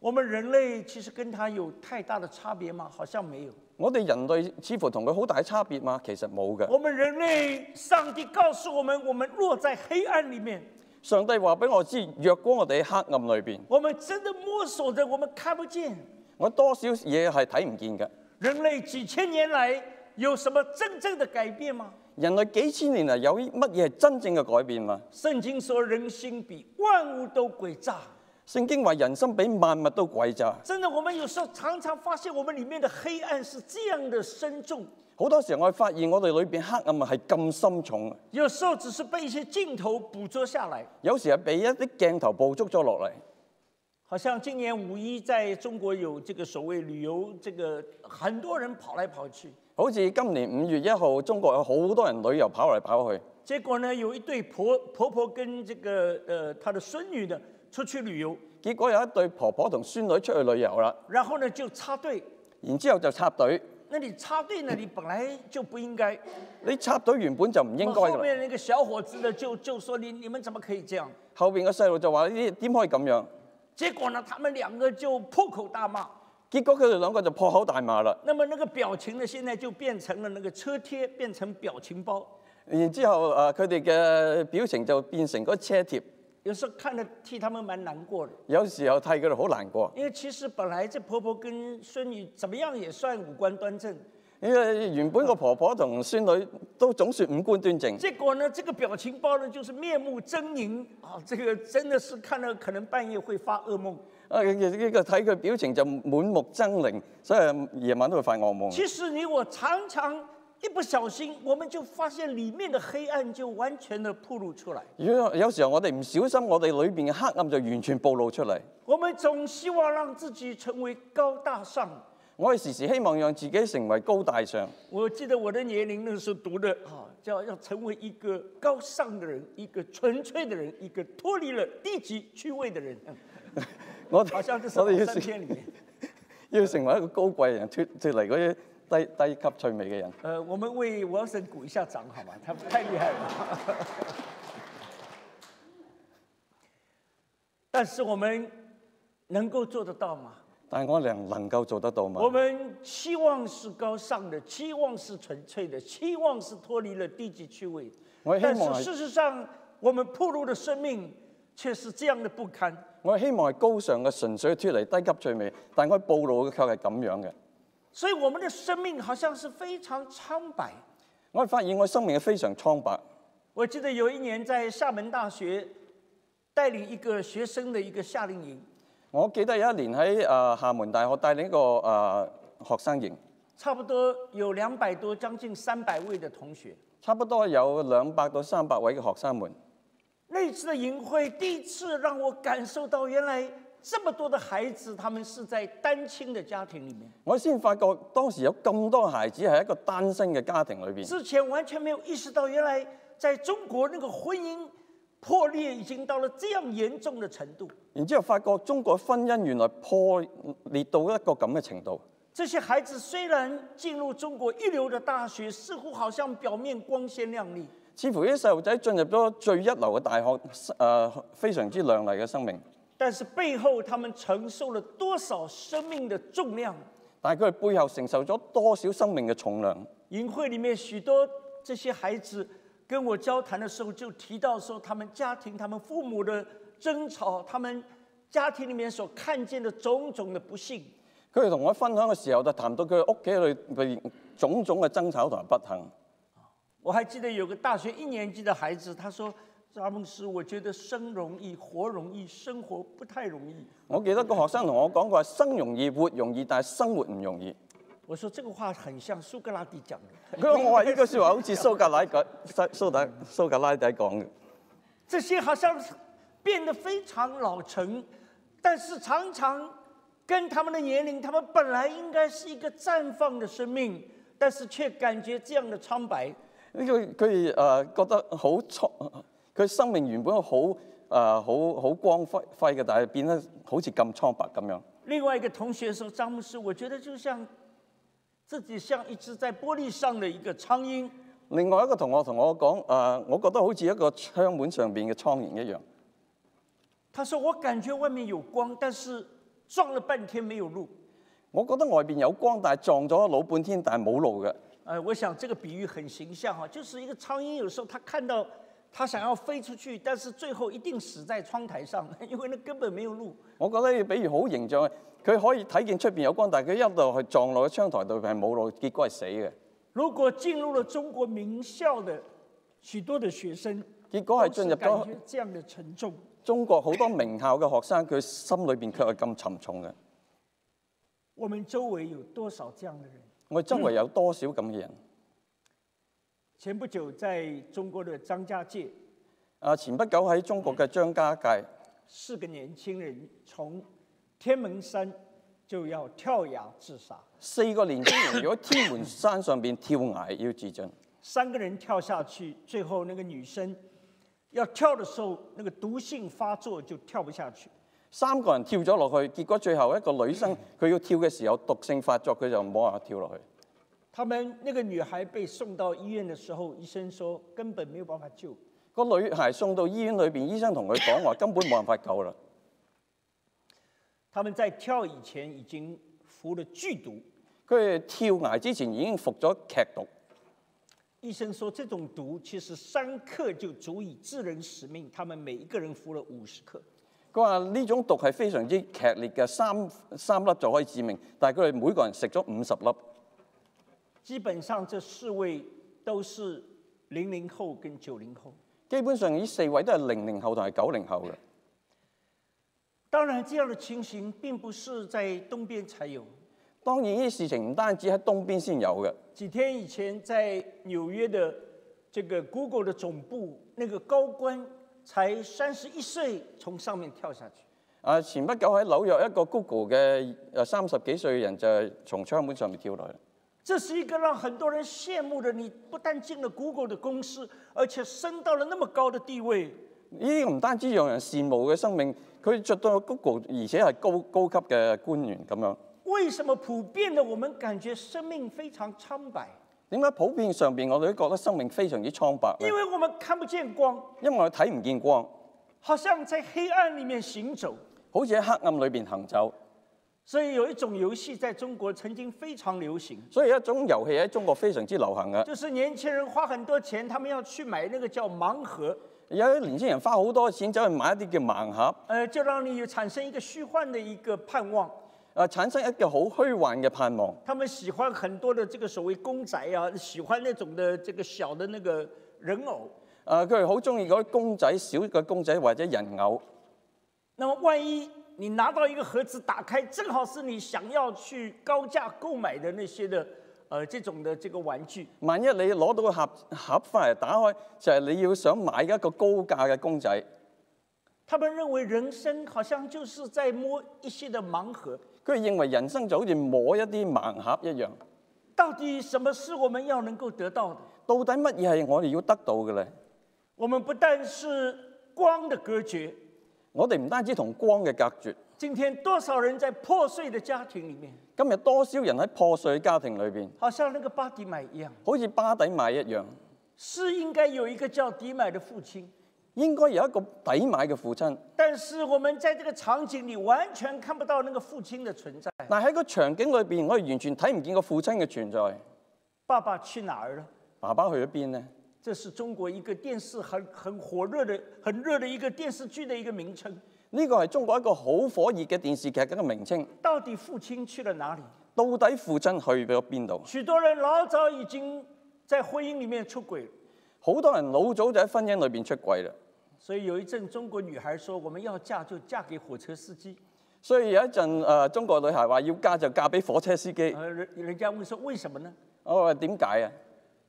Speaker 1: 我们人类其实跟他有太大的差别吗？好像没有。
Speaker 2: 我哋人類似乎同佢好大嘅差別嘛，其實冇嘅。
Speaker 1: 我们人类，上帝告诉我们，我们落在黑暗里面，
Speaker 2: 上帝話俾我知，若果我哋喺黑暗裏邊，
Speaker 1: 我们真的摸索着，我们看不见。
Speaker 2: 我多少嘢係睇唔見嘅。
Speaker 1: 人类几千年来有什么真正的改变吗？
Speaker 2: 人類幾千年嚟有乜嘢係真正嘅改變嘛？
Speaker 1: 圣经说人心比万物都诡诈，
Speaker 2: 聖經話人心比萬物都貴咋。
Speaker 1: 真的，我们有时候常常发现我们里面的黑暗是这样的深重，
Speaker 2: 好多時候我哋發現我哋裏邊黑暗係咁深重嘅，
Speaker 1: 有时候只是被一些镜头捕捉下来。
Speaker 2: 有時係俾一啲鏡頭捕捉咗落嚟。
Speaker 1: 好像今年五一在中国有这个所谓旅游，这个很多人跑来跑去，
Speaker 2: 好似今年五月一號，中國有好多人旅遊跑嚟跑去，
Speaker 1: 结果呢，有一对婆婆婆跟这个呃她的孙女呢出去旅游，
Speaker 2: 結果有一對婆婆同孫女出去旅遊啦，
Speaker 1: 然后呢就插队。
Speaker 2: 然之後就插隊。
Speaker 1: 那你插队呢，你本来就不应该，
Speaker 2: 你插隊原本就唔應該
Speaker 1: 后
Speaker 2: 㗎啦。
Speaker 1: 面那个小伙子呢，就就说你你們怎麼可以這樣？
Speaker 2: 後邊個細路就話：呢啲點可以咁樣？
Speaker 1: 結果呢，他們兩個就破口大罵。
Speaker 2: 結果佢哋兩個就破口大罵啦。
Speaker 1: 那麼那個表情呢，現在就變成了那個車貼，變成表情包。
Speaker 2: 然之後誒，佢哋嘅表情就變成嗰車貼，
Speaker 1: 有時候看了替他們蠻難過的，
Speaker 2: 有時候替佢哋好難過。
Speaker 1: 因為其實本來這婆婆跟孫女怎麼樣也算五官端正，
Speaker 2: 因為原本個婆婆同孫女都總算五官端正，
Speaker 1: 結果呢，這個表情包呢就是面目狰狞啊，這個真的是看了可能半夜會發噩夢。
Speaker 2: 啊呢個睇佢表情就滿目狰狞，所以夜晚都會發惡夢。
Speaker 1: 其實你我常常一不小心，我們就發現裡面的黑暗就完全的暴露出來。
Speaker 2: 如果有時候我哋唔小心，我哋裏邊嘅黑暗就完全暴露出嚟。
Speaker 1: 我們總希望讓自己成為高大上。
Speaker 2: 我哋時時希望讓自己成為高大上。
Speaker 1: 我記得我的年齡那個時候讀的啊，叫要成為一個高尚的人，一個純粹的人，一個脫離了低級趣味的人。嗯
Speaker 2: 我哋
Speaker 1: 好像就是
Speaker 2: 我哋
Speaker 1: 老
Speaker 2: 要
Speaker 1: 三
Speaker 2: 成
Speaker 1: 篇裡面。
Speaker 2: 要成為一個高貴人，脱脱離嗰啲低低級趣味嘅人。
Speaker 1: 呃，我們為 Wilson 鼓一下掌好嗎？他太厲害了。 但是我們能夠做得到嗎？
Speaker 2: 但係我能能夠做得到嘛
Speaker 1: 我？们期望是高尚的，期望是纯粹的，期望是脱离了低级趣味。
Speaker 2: 我希望
Speaker 1: 但
Speaker 2: 係
Speaker 1: 是事实上，我们铺路的生命却是这样的不堪。
Speaker 2: 我希望係高尚嘅，純粹脱離低級趣味，但我暴露嘅卻係咁樣嘅。
Speaker 1: 所以我们的生命好像是非常苍白。
Speaker 2: 我發現我生命係非常蒼白。
Speaker 1: 我记得有一年在厦门大学带领一个学生的一个夏令营，
Speaker 2: 我記得有一年喺誒、呃廈門大學帶領一個誒、呃、學生營，
Speaker 1: 差不多有兩百多，将近三百位的同学。
Speaker 2: 差不多有兩百到三百位嘅學生們。
Speaker 1: 那次的营会，第一次让我感受到，原来这么多的孩子，他们是在单亲的家庭里面，
Speaker 2: 我先發覺當時有咁多孩子係一個單身嘅家庭裏邊，
Speaker 1: 之前完全没有意识到，原来在中国那个婚姻破裂已经到了这样严重的程度。
Speaker 2: 然之後發覺中國婚姻原來破裂到一個咁嘅程度。
Speaker 1: 这些孩子虽然进入中国一流的大学，似乎好像表面光鲜亮丽，
Speaker 2: 似乎啲細路仔進入咗最一流嘅大學，誒、呃非常之亮麗嘅生命，
Speaker 1: 但是背后他们承受了多少生命的重量？
Speaker 2: 但係佢哋背後承受咗多少生命嘅重量？
Speaker 1: 营会里面许多这些孩子跟我交谈的时候，就提到说他们家庭、他们父母的争吵，他们家庭里面所看见的种种的不幸。
Speaker 2: 佢哋同我分享嘅時候，就談到佢哋屋企裏邊種種嘅爭吵同埋不幸。
Speaker 1: 我还记得有个大学一年级的孩子，他说：“阿孟师，我觉得生容易，活容易，生活不太容易。
Speaker 2: 我記得個學生同我講過，生容易活容易，但係生活唔容易。”
Speaker 1: 我说：“这个话很像苏格拉底讲的。”
Speaker 2: 佢話：我話呢句説話好似蘇格拉底蘇蘇達蘇格拉底講嘅。
Speaker 1: 这些好像是变得非常老成，但是常常跟他们的年龄，他们本来应该是一个绽放的生命，但是却感觉这样的苍白。
Speaker 2: 呢個佢誒覺得好錯，佢生命原本好誒好好光輝輝嘅，但係變得好似咁蒼白咁樣。
Speaker 1: 另外一个同学说：“张牧师，我觉得就像自己像一只在玻璃上的一个苍蝇，
Speaker 2: 另外一個同學同我講誒、呃我覺得好似一個窗門上邊嘅蒼蠅一樣。
Speaker 1: 他说我感覺外面有光，但是撞了半天沒有路。
Speaker 2: 我覺得外邊有光，但係撞咗老半天，但係冇路嘅。
Speaker 1: 呃，我想這個比喻很形象哈，就是一個蒼蠅，有時候它看到它想要飛出去，但是最後一定死在窗台上， 因為那根本沒有路。
Speaker 2: 我覺得比喻好形象，佢可以睇見出邊有光，但係佢一路去撞落去窗台度係冇路，結果係死嘅。
Speaker 1: 如果進入了中國名校的許多的學生，
Speaker 2: 結果係
Speaker 1: 都
Speaker 2: 進
Speaker 1: 是
Speaker 2: 入
Speaker 1: 感
Speaker 2: 咗
Speaker 1: 覺這樣的沉重。
Speaker 2: 中國好多名校嘅學生，佢心裏邊卻係咁沉重嘅。
Speaker 1: 我們周圍有多少這樣的人？
Speaker 2: 我哋周圍有多少咁嘅人？
Speaker 1: 前不久在中國的張家界，
Speaker 2: 啊，前不久喺中國嘅張家界，
Speaker 1: 四個年輕人從天門山就要跳崖自殺。
Speaker 2: 四個年輕人如果天門山上邊跳崖要自盡，
Speaker 1: 三个人跳下去，最后那个女生要跳的时候，那个毒性发作就跳不下去。
Speaker 2: 三個人跳咗落去，結果最後一個女生佢要跳嘅時候毒性發作，佢就冇辦法跳落去。
Speaker 1: 他们那个女孩被送到医院的时候，医生说根本没有办法救。
Speaker 2: 個女孩送到醫院裏邊，醫生同佢講話根本冇辦法救啦。
Speaker 1: 他们在跳以前已经服了剧毒，
Speaker 2: 佢哋跳崖之前已經服咗劇毒，
Speaker 1: 医生说这种毒其实三克就足以致人死命。他们每一个人服了五十克，
Speaker 2: 佢話呢種毒係非常之劇烈嘅，三三粒就可以致命，但係佢哋每個人食咗五十粒。
Speaker 1: 基本上这四位都是零零后跟九零后。
Speaker 2: 基本上呢四位都係零零後同係九零後嘅。
Speaker 1: 当然，这样的情形并不是在东边才有，
Speaker 2: 當然呢啲事情唔單止喺東邊先有嘅。
Speaker 1: 几天以前，在纽约的这个 Google 的总部，那个高官才三十一岁，从上面跳下去。
Speaker 2: 啊，前不久喺紐約一個 Google 嘅誒三十幾歲嘅人就係從窗門上面跳落去。
Speaker 1: 这是一个让很多人羡慕的，你不但进了 Google 的公司，而且升到了那么高的地位。
Speaker 2: 呢啲唔單止讓人羨慕嘅生命，佢着到 Google，而且係高高級嘅官員咁樣。
Speaker 1: 为什么普遍的我们感觉生命非常苍白？
Speaker 2: 點解普遍上邊我哋都覺得生命非常之蒼白呢
Speaker 1: 因為我们看不见光，
Speaker 2: 因為我哋睇唔見光，
Speaker 1: 好像在黑暗里面行走。
Speaker 2: 好似喺黑暗裏邊行走。
Speaker 1: 所以有一种游戏在中国曾經非常流行，
Speaker 2: 所以一種遊戲喺中國非常之流行嘅。
Speaker 1: 就是年輕人花很多錢，他們要去買那個叫盲盒，
Speaker 2: 有啲年輕人花好多錢走去買一啲叫盲盒，
Speaker 1: 呃，就讓你有產生一個虛幻的一個盼望。
Speaker 2: 啊產生一個好虛幻嘅盼望。
Speaker 1: 他們喜歡很多的這個所謂公仔啊，喜歡那種的這個小的那個人偶。
Speaker 2: 啊佢哋好中意嗰啲公仔、小嘅公仔或者人偶。
Speaker 1: 那麼萬一你拿到一個盒子，打開正好是你想要去高價購買的那些的，呃，這種的這個玩具，
Speaker 2: 萬一你攞到個盒盒翻嚟打開，就係、你要想買一個高價嘅公仔。
Speaker 1: 他們認為人生好像就是在摸一些的盲盒。
Speaker 2: 佢哋認為人生就好似摸一啲盲盒一樣。
Speaker 1: 到底什麼是我們要能夠得到的？
Speaker 2: 到底乜嘢係我哋要得到嘅咧？
Speaker 1: 我們不但是光的隔絕，
Speaker 2: 我哋唔單止同光嘅隔絕，
Speaker 1: 今天多少人在破碎的家庭裡面，
Speaker 2: 今日多少人喺破碎家庭裏邊，
Speaker 1: 好像那個巴迪買一樣，
Speaker 2: 好似巴底買一樣，
Speaker 1: 是應該有一個叫迪買的父親，
Speaker 2: 應該有一個底買嘅父親，
Speaker 1: 但是我們在這個場景裡完全看不到那個父親的存在。
Speaker 2: 但喺個場景裏邊，我哋完全睇唔見個父親嘅存在。
Speaker 1: 爸爸去哪兒了？
Speaker 2: 爸爸去咗邊呢？
Speaker 1: 这是中國一個電視很很火熱的、很熱的一個電視劇的一個名稱。
Speaker 2: 呢個係中國一個好火熱嘅電視劇嘅一個名稱。
Speaker 1: 到底父親去了哪裡？
Speaker 2: 到底父親去咗邊度？
Speaker 1: 許多人老早已經在婚姻裡面出軌了，
Speaker 2: 好多人老早就喺婚姻裏邊出軌啦。
Speaker 1: 所以有一陣中國女孩說：“我們要嫁就嫁給火車司機。
Speaker 2: 所以有一陣誒、呃中國女孩話要嫁就嫁俾火車司機。
Speaker 1: 呃，人人家問說：“為什麼呢
Speaker 2: 我話點解啊？？”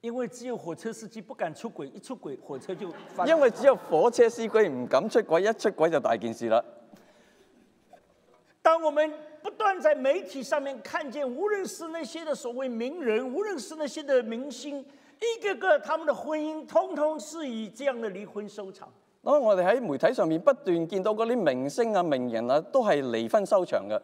Speaker 1: 因為只有火車司機不敢出軌，一出軌火車就翻。
Speaker 2: 因為只有火車司機唔敢出軌，一出軌就大件事啦。
Speaker 1: 當我們不斷在媒體上面看見，無論是那些的所謂名人，無论是那些的明星，一個個他們的婚姻，通通是以這樣的離婚收場。
Speaker 2: 當我哋喺媒體上面不斷見到嗰啲明星啊、名人啊，都係離婚收場嘅。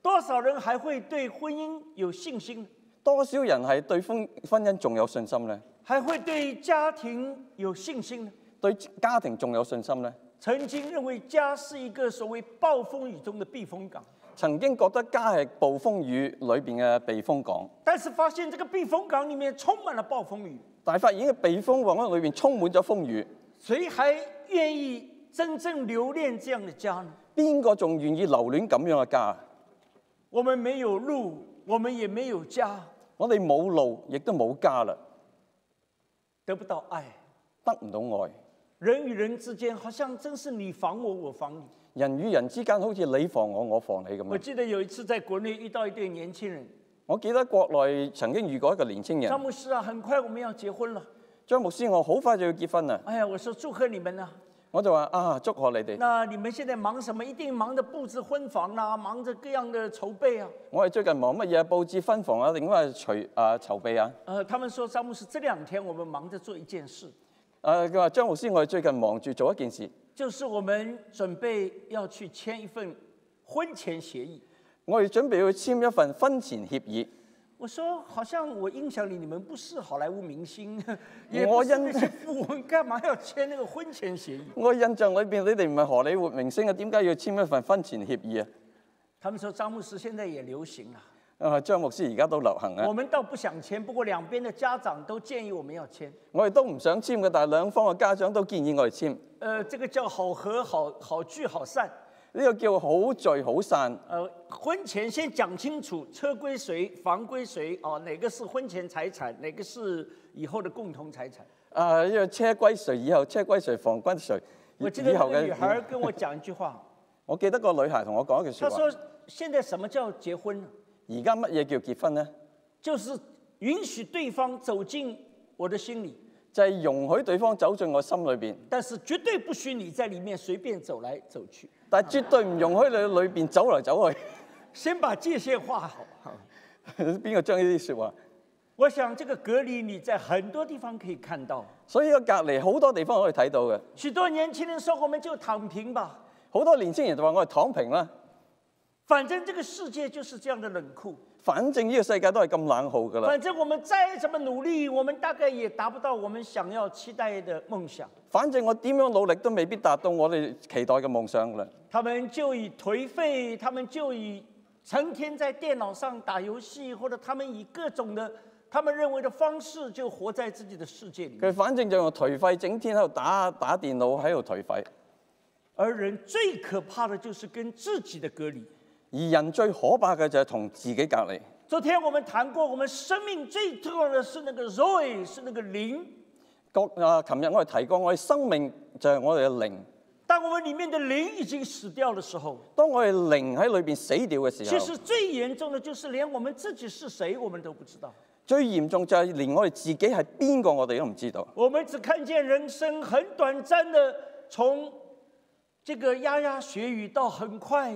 Speaker 1: 多少人還會對婚姻有信心呢？
Speaker 2: 多少人係對婚婚姻仲有信心呢？
Speaker 1: 還會對家庭有信心呢？
Speaker 2: 對家庭仲有信心呢？
Speaker 1: 曾經認為家是一個所謂暴風雨中的避風港，
Speaker 2: 曾經覺得家係暴風雨裏邊嘅避風港，
Speaker 1: 但是發現這個避風港裡面充滿了暴風雨，
Speaker 2: 但係發現嘅避風港裏邊充滿咗風雨，
Speaker 1: 誰還願意真正留戀這樣的家呢？
Speaker 2: 邊個仲願意留戀咁樣嘅家？
Speaker 1: 我們沒有路，我們也沒有家，
Speaker 2: 我哋冇路，亦都冇家啦，
Speaker 1: 得不到愛。
Speaker 2: 得唔到愛。
Speaker 1: 人與人之間好像真是你防我，我防你。
Speaker 2: 人與人之間好似你防我，我防你咁
Speaker 1: 我
Speaker 2: 樣。
Speaker 1: 記得有一次在國內遇到一對年輕人，
Speaker 2: 我記得國內曾經遇過一個年青
Speaker 1: 詹
Speaker 2: 人，
Speaker 1: 姆斯啊，很快我們要結婚了。
Speaker 2: 張牧師，我好快就要結婚啦，
Speaker 1: 哎呀，我說祝賀你們呢、
Speaker 2: 我就話啊，祝賀你哋。
Speaker 1: 那你們現在忙什麼？一定忙着布置婚房啦、忙着各樣的籌備啊。
Speaker 2: 我哋最近忙乜嘢？佈置婚房啊，定係除啊籌備啊？
Speaker 1: 呃，他們說詹姆斯這兩天我們忙着做一件事，
Speaker 2: 誒，啊佢話張牧師，我哋最近忙住做一件事，
Speaker 1: 就是我們準備要去簽一份婚前協議。
Speaker 2: 我哋準備要簽一份婚前協議。
Speaker 1: 我說，好像我印象裡你們不是好萊塢明 星，也不
Speaker 2: 我
Speaker 1: 是
Speaker 2: 印
Speaker 1: 那些富翁，幹嘛要簽那個婚前協議？
Speaker 2: 我印象裏邊，你哋唔係荷里活明星啊，點解要簽一份婚前協議啊？
Speaker 1: 他們說詹姆斯現在也流行了，
Speaker 2: 啊，張牧師而家都流行啊
Speaker 1: 我！們倒不想簽，不過兩邊的家長都建議我們要簽。
Speaker 2: 我哋都唔想簽嘅，但係兩方嘅家長都建議我哋簽。呢、
Speaker 1: 呃，這個叫好合、好好聚、好散。
Speaker 2: 個叫好聚好散。
Speaker 1: 呃，婚前先講清楚車歸誰、房歸誰啊、哪個是婚前財產，哪個是以後的共同財產。
Speaker 2: 啊，因為車歸誰，以後車歸誰，房歸誰，以
Speaker 1: 我記得
Speaker 2: 以
Speaker 1: 那
Speaker 2: 後
Speaker 1: 個女孩
Speaker 2: 嘅。
Speaker 1: 跟我講一句 話，
Speaker 2: 我記得個女孩同我講一句
Speaker 1: 她
Speaker 2: 説話：
Speaker 1: 說：“現在什麼叫結婚呢？
Speaker 2: 而家乜嘢叫結婚呢？
Speaker 1: 就是允許對方走進我的心裡，
Speaker 2: 就係、容許對方走進我心裏邊，
Speaker 1: 但是絕對不許你在裡面隨便走來走去，
Speaker 2: 但係絕對唔容許你喺裏邊走嚟走去。
Speaker 1: 先把界限畫好。”啊
Speaker 2: 邊個將呢啲説話？
Speaker 1: 我想這個隔離你在很多地方可以看到，
Speaker 2: 所以個隔離好多地方可以睇到嘅。
Speaker 1: 許多年輕人說我們就躺平吧，
Speaker 2: 好多年青人就話我係躺平啦，
Speaker 1: 反正這個世界就是這樣的冷酷，
Speaker 2: 反正呢個世界都係咁冷酷㗎啦。
Speaker 1: 反正我們再怎麼努力，我們大概也達不到我們想要期待的夢想。
Speaker 2: 反正我點樣努力都未必達到我哋期待嘅夢想㗎啦。
Speaker 1: 他們就以頹廢，他們就以成天在电脑上打游戏，或者他们以各种的他们认为的方式就活在自己的世界里面。
Speaker 2: 佢反正就用頹廢，整天喺度打打電腦喺度頹廢。
Speaker 1: 而人最可怕的就是跟自己的隔离。
Speaker 2: 而人最可怕嘅就係同自己隔離。
Speaker 1: 昨天我们谈过，我们生命最重要的是那个 Zoe，是那个灵。
Speaker 2: 各啊，琴日我哋提過，我哋生命就係我哋嘅靈。
Speaker 1: 当我们里面的灵已经死掉的时候，
Speaker 2: 當我哋靈喺裏邊死掉嘅時
Speaker 1: 其
Speaker 2: 候，
Speaker 1: 实最严重的就是连我们自己是谁，我们都不知道。
Speaker 2: 最嚴重就係連我哋自己係邊個，我哋都唔知道。
Speaker 1: 我们只看见人生很短暂的，从这个牙牙学语到很快，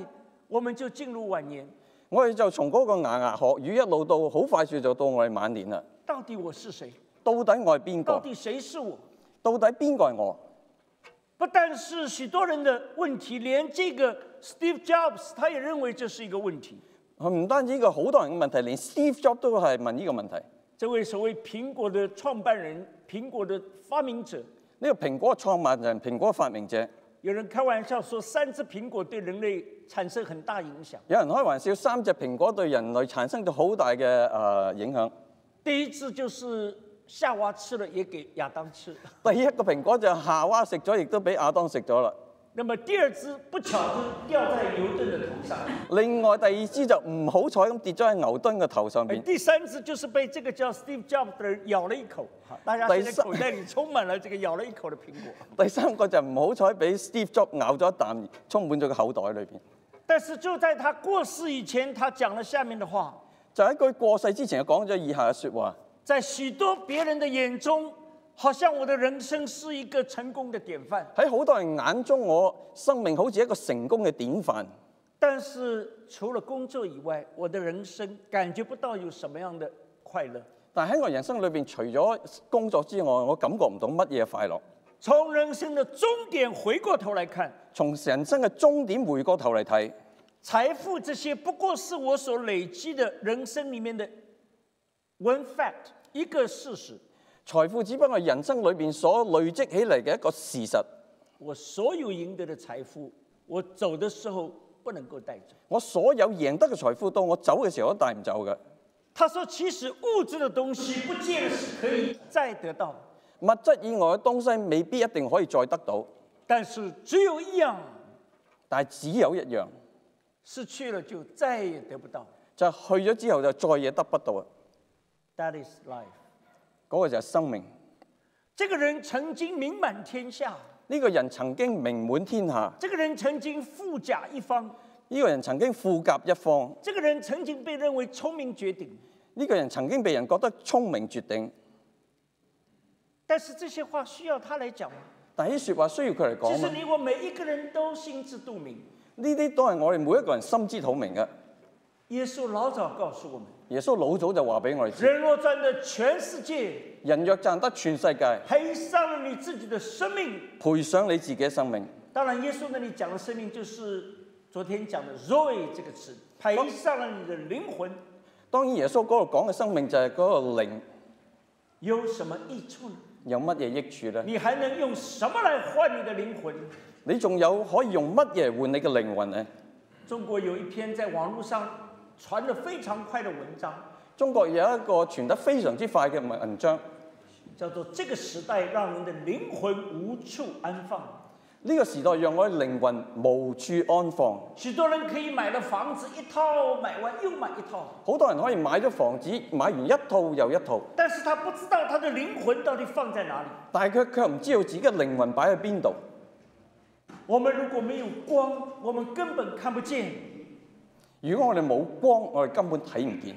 Speaker 1: 我们就进入晚年。
Speaker 2: 我哋就從嗰個牙牙學語一路到好快脆就到我哋晚年啦。
Speaker 1: 到底我是谁？
Speaker 2: 到底我係邊
Speaker 1: 到
Speaker 2: 個？
Speaker 1: 底谁是我？
Speaker 2: 到底邊個係我？
Speaker 1: 不但是许多人的问题，连这个 Steve Jobs 他也认为这是一个问题。
Speaker 2: 啊唔單止呢個好多人嘅問題，連 Steve Jobs 都係問呢個問題。
Speaker 1: 这位所谓苹果的创办人、苹果的发明者，
Speaker 2: 呢、個蘋果創辦人、蘋果發明者，
Speaker 1: 有人开玩笑说，三只苹果对人类产生很大影响。
Speaker 2: 有人開玩笑，三隻蘋果對人類產生咗好大嘅誒、呃影響。
Speaker 1: 第一次就是夏娃吃了，也给亚当吃；
Speaker 2: 第一個蘋果就係夏娃食咗，亦都俾亞當食咗啦。
Speaker 1: 那么第二只不巧就掉在牛顿的头上，
Speaker 2: 另外第二支就唔好彩咁跌咗喺牛頓嘅頭上
Speaker 1: 而
Speaker 2: 邊。
Speaker 1: 第三只就是被这个叫 Steve Jobs 的人咬了一口。哈大家现在
Speaker 2: 第三
Speaker 1: 口袋里充满了这个咬了一口的苹果。
Speaker 2: 第三 個就唔好彩俾 Steve Jobs 咬咗一啖，充滿咗個口袋裏邊。
Speaker 1: 但是就在他过世以前，他讲了下面的话：
Speaker 2: 就喺佢過世之前，講咗以下嘅説話。
Speaker 1: 在许多别人的眼中，好像我的人生是一个成功的典范。
Speaker 2: 喺好多人眼中，我生命好似一個成功嘅典範。
Speaker 1: 但是除了工作以外，我的人生感觉不到有什么样的快乐。
Speaker 2: 但喺我人生裏邊，除咗工作之外，我感覺唔到乜嘢快樂。
Speaker 1: 从人生的终点回过头来看，
Speaker 2: 從人生嘅終點回過頭嚟睇，
Speaker 1: 财富这些不过是我所累积的人生里面的 one fact 一个事实。
Speaker 2: 財富只不過係人生裏邊所累積起嚟嘅一個事實。
Speaker 1: 我所有赢得的财富，我走的时候不能够带走。
Speaker 2: 我所有贏得嘅財富，到我走嘅時候都帶唔走嘅。
Speaker 1: 他说，其实物质的东西不见得是可以再得到，
Speaker 2: 物質以外嘅東西未必一定可以再得到，
Speaker 1: 但是只有一样
Speaker 2: 但係只有一樣，
Speaker 1: 失去了就再也得不到。
Speaker 2: 就係去咗之後就再也得不到啊！
Speaker 1: That is life.
Speaker 2: 嗰、個就係生命。
Speaker 1: 这个人曾经名满天下，
Speaker 2: 呢、個人曾經名滿天下，
Speaker 1: 这个人曾经富甲一方，
Speaker 2: 呢、個人曾經富甲一方，呢、
Speaker 1: 这个人曾经被认为聪明绝顶。
Speaker 2: 個人曾經被人覺得聰明絕頂。
Speaker 1: 但是这些話需要他来講嗎？
Speaker 2: 但係啲説話需要佢嚟
Speaker 1: 其
Speaker 2: 講
Speaker 1: 實
Speaker 2: 嘛，
Speaker 1: 你我每一個人都心知肚明。
Speaker 2: 呢啲都係我哋每一個人心知肚明嘅。
Speaker 1: 耶穌老早告訴我們：
Speaker 2: 耶穌老早就話俾我哋知，
Speaker 1: 人若賺得全世界，
Speaker 2: 人若賺得全世界，
Speaker 1: 賠上了你自己的生命。
Speaker 2: 賠上你自己嘅生命。
Speaker 1: 當然，耶穌那裡講的生命就是昨天講的 “zoe” 這個詞，賠上了你的靈魂，
Speaker 2: 當然耶穌嗰度講嘅生命就係嗰個靈
Speaker 1: 有什麼益處呢？
Speaker 2: 有乜嘢益處呢？
Speaker 1: 你還能用什麼來換你的靈魂？
Speaker 2: 你仲有可以用乜嘢換你嘅靈魂呢？
Speaker 1: 中国有一篇在网络上传得非常快的文章，
Speaker 2: 中國有一個傳得非常之快嘅文章，呢、
Speaker 1: 叫做“这个时代让人的灵魂无处安放”。
Speaker 2: 個時代讓我哋靈魂無處安放。
Speaker 1: 许多人可以买了房子一套，买完又买一套，
Speaker 2: 好多人可以買咗房子，買完一套又一套，
Speaker 1: 但是他不知道他的靈魂到底放在哪里。
Speaker 2: 但係佢卻唔知道自己嘅靈魂擺喺邊度。
Speaker 1: 我们如果没有光，我们根本看不见。
Speaker 2: 如果我哋冇光，我哋根本睇唔見。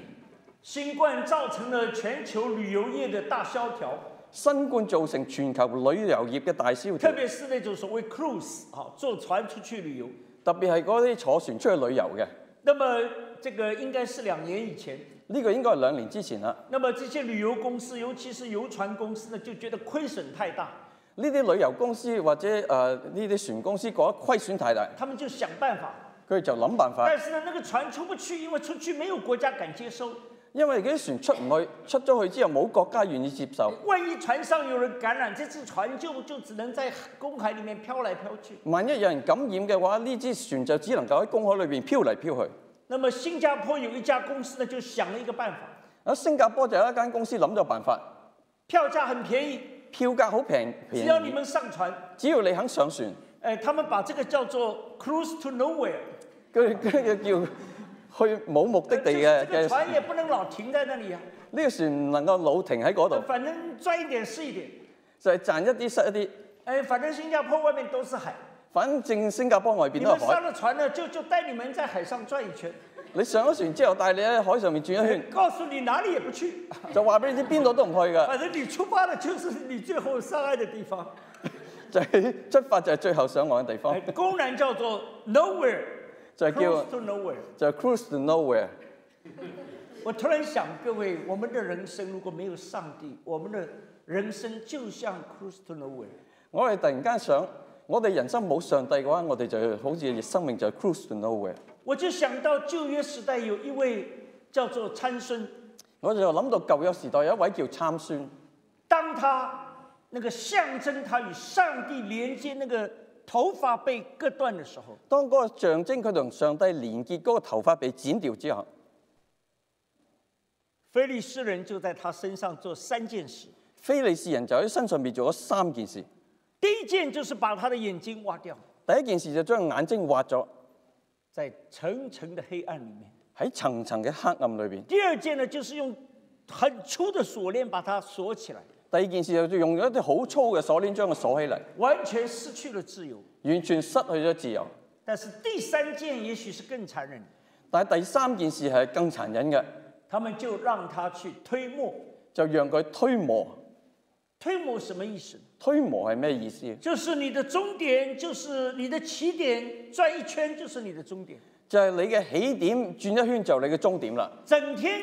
Speaker 1: 新冠造成了全球旅游业的大萧条，
Speaker 2: 新冠造成全球旅遊業嘅大蕭條
Speaker 1: 特，别是那种所谓 cruise 啊，坐船出去旅游。
Speaker 2: 特別係嗰啲坐船出去旅遊嘅。
Speaker 1: 那么这个应該是兩年以前。
Speaker 2: 呢、個應該係兩年之前啦。
Speaker 1: 那么这些旅游公司，尤其是游船公司呢，就觉得亏损太大，
Speaker 2: 呢啲旅遊公司或者誒呢啲船公司覺得虧損太大，
Speaker 1: 他们就想办法。
Speaker 2: 佢哋就諗辦法。
Speaker 1: 但是呢，那个船出不去，因为出去没有国家敢接收。
Speaker 2: 因為嗰啲船出唔去，出咗去之後冇國家願意接受。
Speaker 1: 万一船上有人感染，这只船就就只能在公海里面飘来飘去。
Speaker 2: 萬一有人感染嘅話，呢支船就只能夠喺公海裏邊漂嚟漂去。
Speaker 1: 那么新加坡有一家公司呢，就想了一个办法，
Speaker 2: 喺新加坡就有一間公司諗咗辦法，
Speaker 1: 票价很便宜，
Speaker 2: 票價好平
Speaker 1: 只要
Speaker 2: 便
Speaker 1: 你
Speaker 2: 宜，
Speaker 1: 们上船，
Speaker 2: 只要你肯上船，
Speaker 1: 呃，他们把这个叫做 cruise to nowhere，
Speaker 2: 佢佢佢叫去冇目的
Speaker 1: 呃
Speaker 2: 地
Speaker 1: 就是
Speaker 2: 嘅
Speaker 1: 这个
Speaker 2: 嘅船
Speaker 1: 船也不能老停在那里啊，
Speaker 2: 呢個船唔能夠老停喺嗰
Speaker 1: 呃
Speaker 2: 度，
Speaker 1: 反正赚一点是一点，
Speaker 2: 就係賺一啲失一啲。
Speaker 1: 哎，反正新加坡外面都是海，
Speaker 2: 反正新加坡外邊
Speaker 1: 你
Speaker 2: 都
Speaker 1: 们
Speaker 2: 係
Speaker 1: 上
Speaker 2: 海，
Speaker 1: 了船呢，就就帶你们在海上转一 圈，呃
Speaker 2: 你上咗船之後，帶你喺海上面轉 一圈，
Speaker 1: 告诉你哪里也不去，
Speaker 2: 就話俾你知邊度都唔去㗎，
Speaker 1: 反正你出发的就是你最后上岸的地方，
Speaker 2: 就係出發就係最後上岸嘅地
Speaker 1: 哎
Speaker 2: 方，，
Speaker 1: 公然叫做 nowhere，
Speaker 2: 就係
Speaker 1: cruise
Speaker 2: 叫
Speaker 1: to nowhere。
Speaker 2: 就係 cruise to nowhere。
Speaker 1: 我突然想，各位，我们的人生如果没有上帝，我们的人生就像 cruise to nowhere。
Speaker 2: 我哋突然間想，我哋人生冇上帝嘅話，我哋就好似生命就係 cruise to nowhere。
Speaker 1: 我就想到旧约时代有一位叫做参孙，
Speaker 2: 我就諗到舊約時代有一位叫參孫，
Speaker 1: 当他那个象征他与上帝连接那个头发被割断的时候，
Speaker 2: 當嗰個象徵佢同上帝連結嗰個頭髮被剪掉之後，
Speaker 1: 非利士人就在他身上做三件事。
Speaker 2: 非利士人就喺身上面做咗三件事。
Speaker 1: 第一件就是把他的眼睛挖掉，
Speaker 2: 第一件事就將眼睛挖咗
Speaker 1: 在层层的黑暗里面；
Speaker 2: 喺層層嘅黑暗裏邊。
Speaker 1: 第二件呢，就是用很粗的锁链把它锁起来，
Speaker 2: 第二件事就用咗一啲好粗嘅鎖鏈將佢鎖起嚟，
Speaker 1: 完全失去了自由。
Speaker 2: 完全失去咗自由。
Speaker 1: 但是第三件也许是更残忍的，
Speaker 2: 但係第三件事係更殘忍嘅，
Speaker 1: 他们就让他去推磨。
Speaker 2: 就讓佢推磨。
Speaker 1: 推磨什么意思？
Speaker 2: 推磨係咩意思？
Speaker 1: 就是你的终点，就是你的起点，转一圈就是你的终点。
Speaker 2: 就係、你嘅起點轉一圈就你嘅終點啦。
Speaker 1: 整天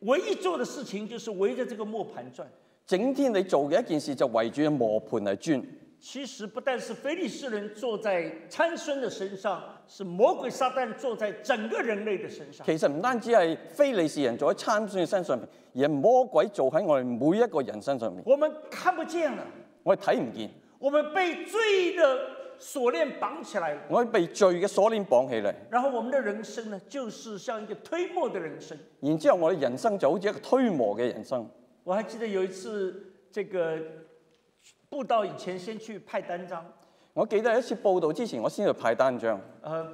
Speaker 1: 唯一做的事情就是围着这个磨盘转。
Speaker 2: 整天你做嘅一件事就圍住磨盤嚟轉。
Speaker 1: 其实不但是非利士人坐在参孙的身上，是魔鬼撒旦坐在整个人类的身上。
Speaker 2: 其實唔單止係非利士人做喺參孫嘅身上面，而係魔鬼做喺我哋每一個人身上面。
Speaker 1: 我们看不见了，
Speaker 2: 我哋睇唔見，
Speaker 1: 我们被罪的锁链绑起来了。
Speaker 2: 我哋被罪嘅鎖鏈綁起嚟，
Speaker 1: 然后我们的人生呢，就是像一个推磨的人生。
Speaker 2: 然之後我哋人生就好似一個推磨嘅人生。
Speaker 1: 我还记得有一次，这个布道以前先去派单张，
Speaker 2: 我記得有一次報道之前，我先去派單張，
Speaker 1: 呃，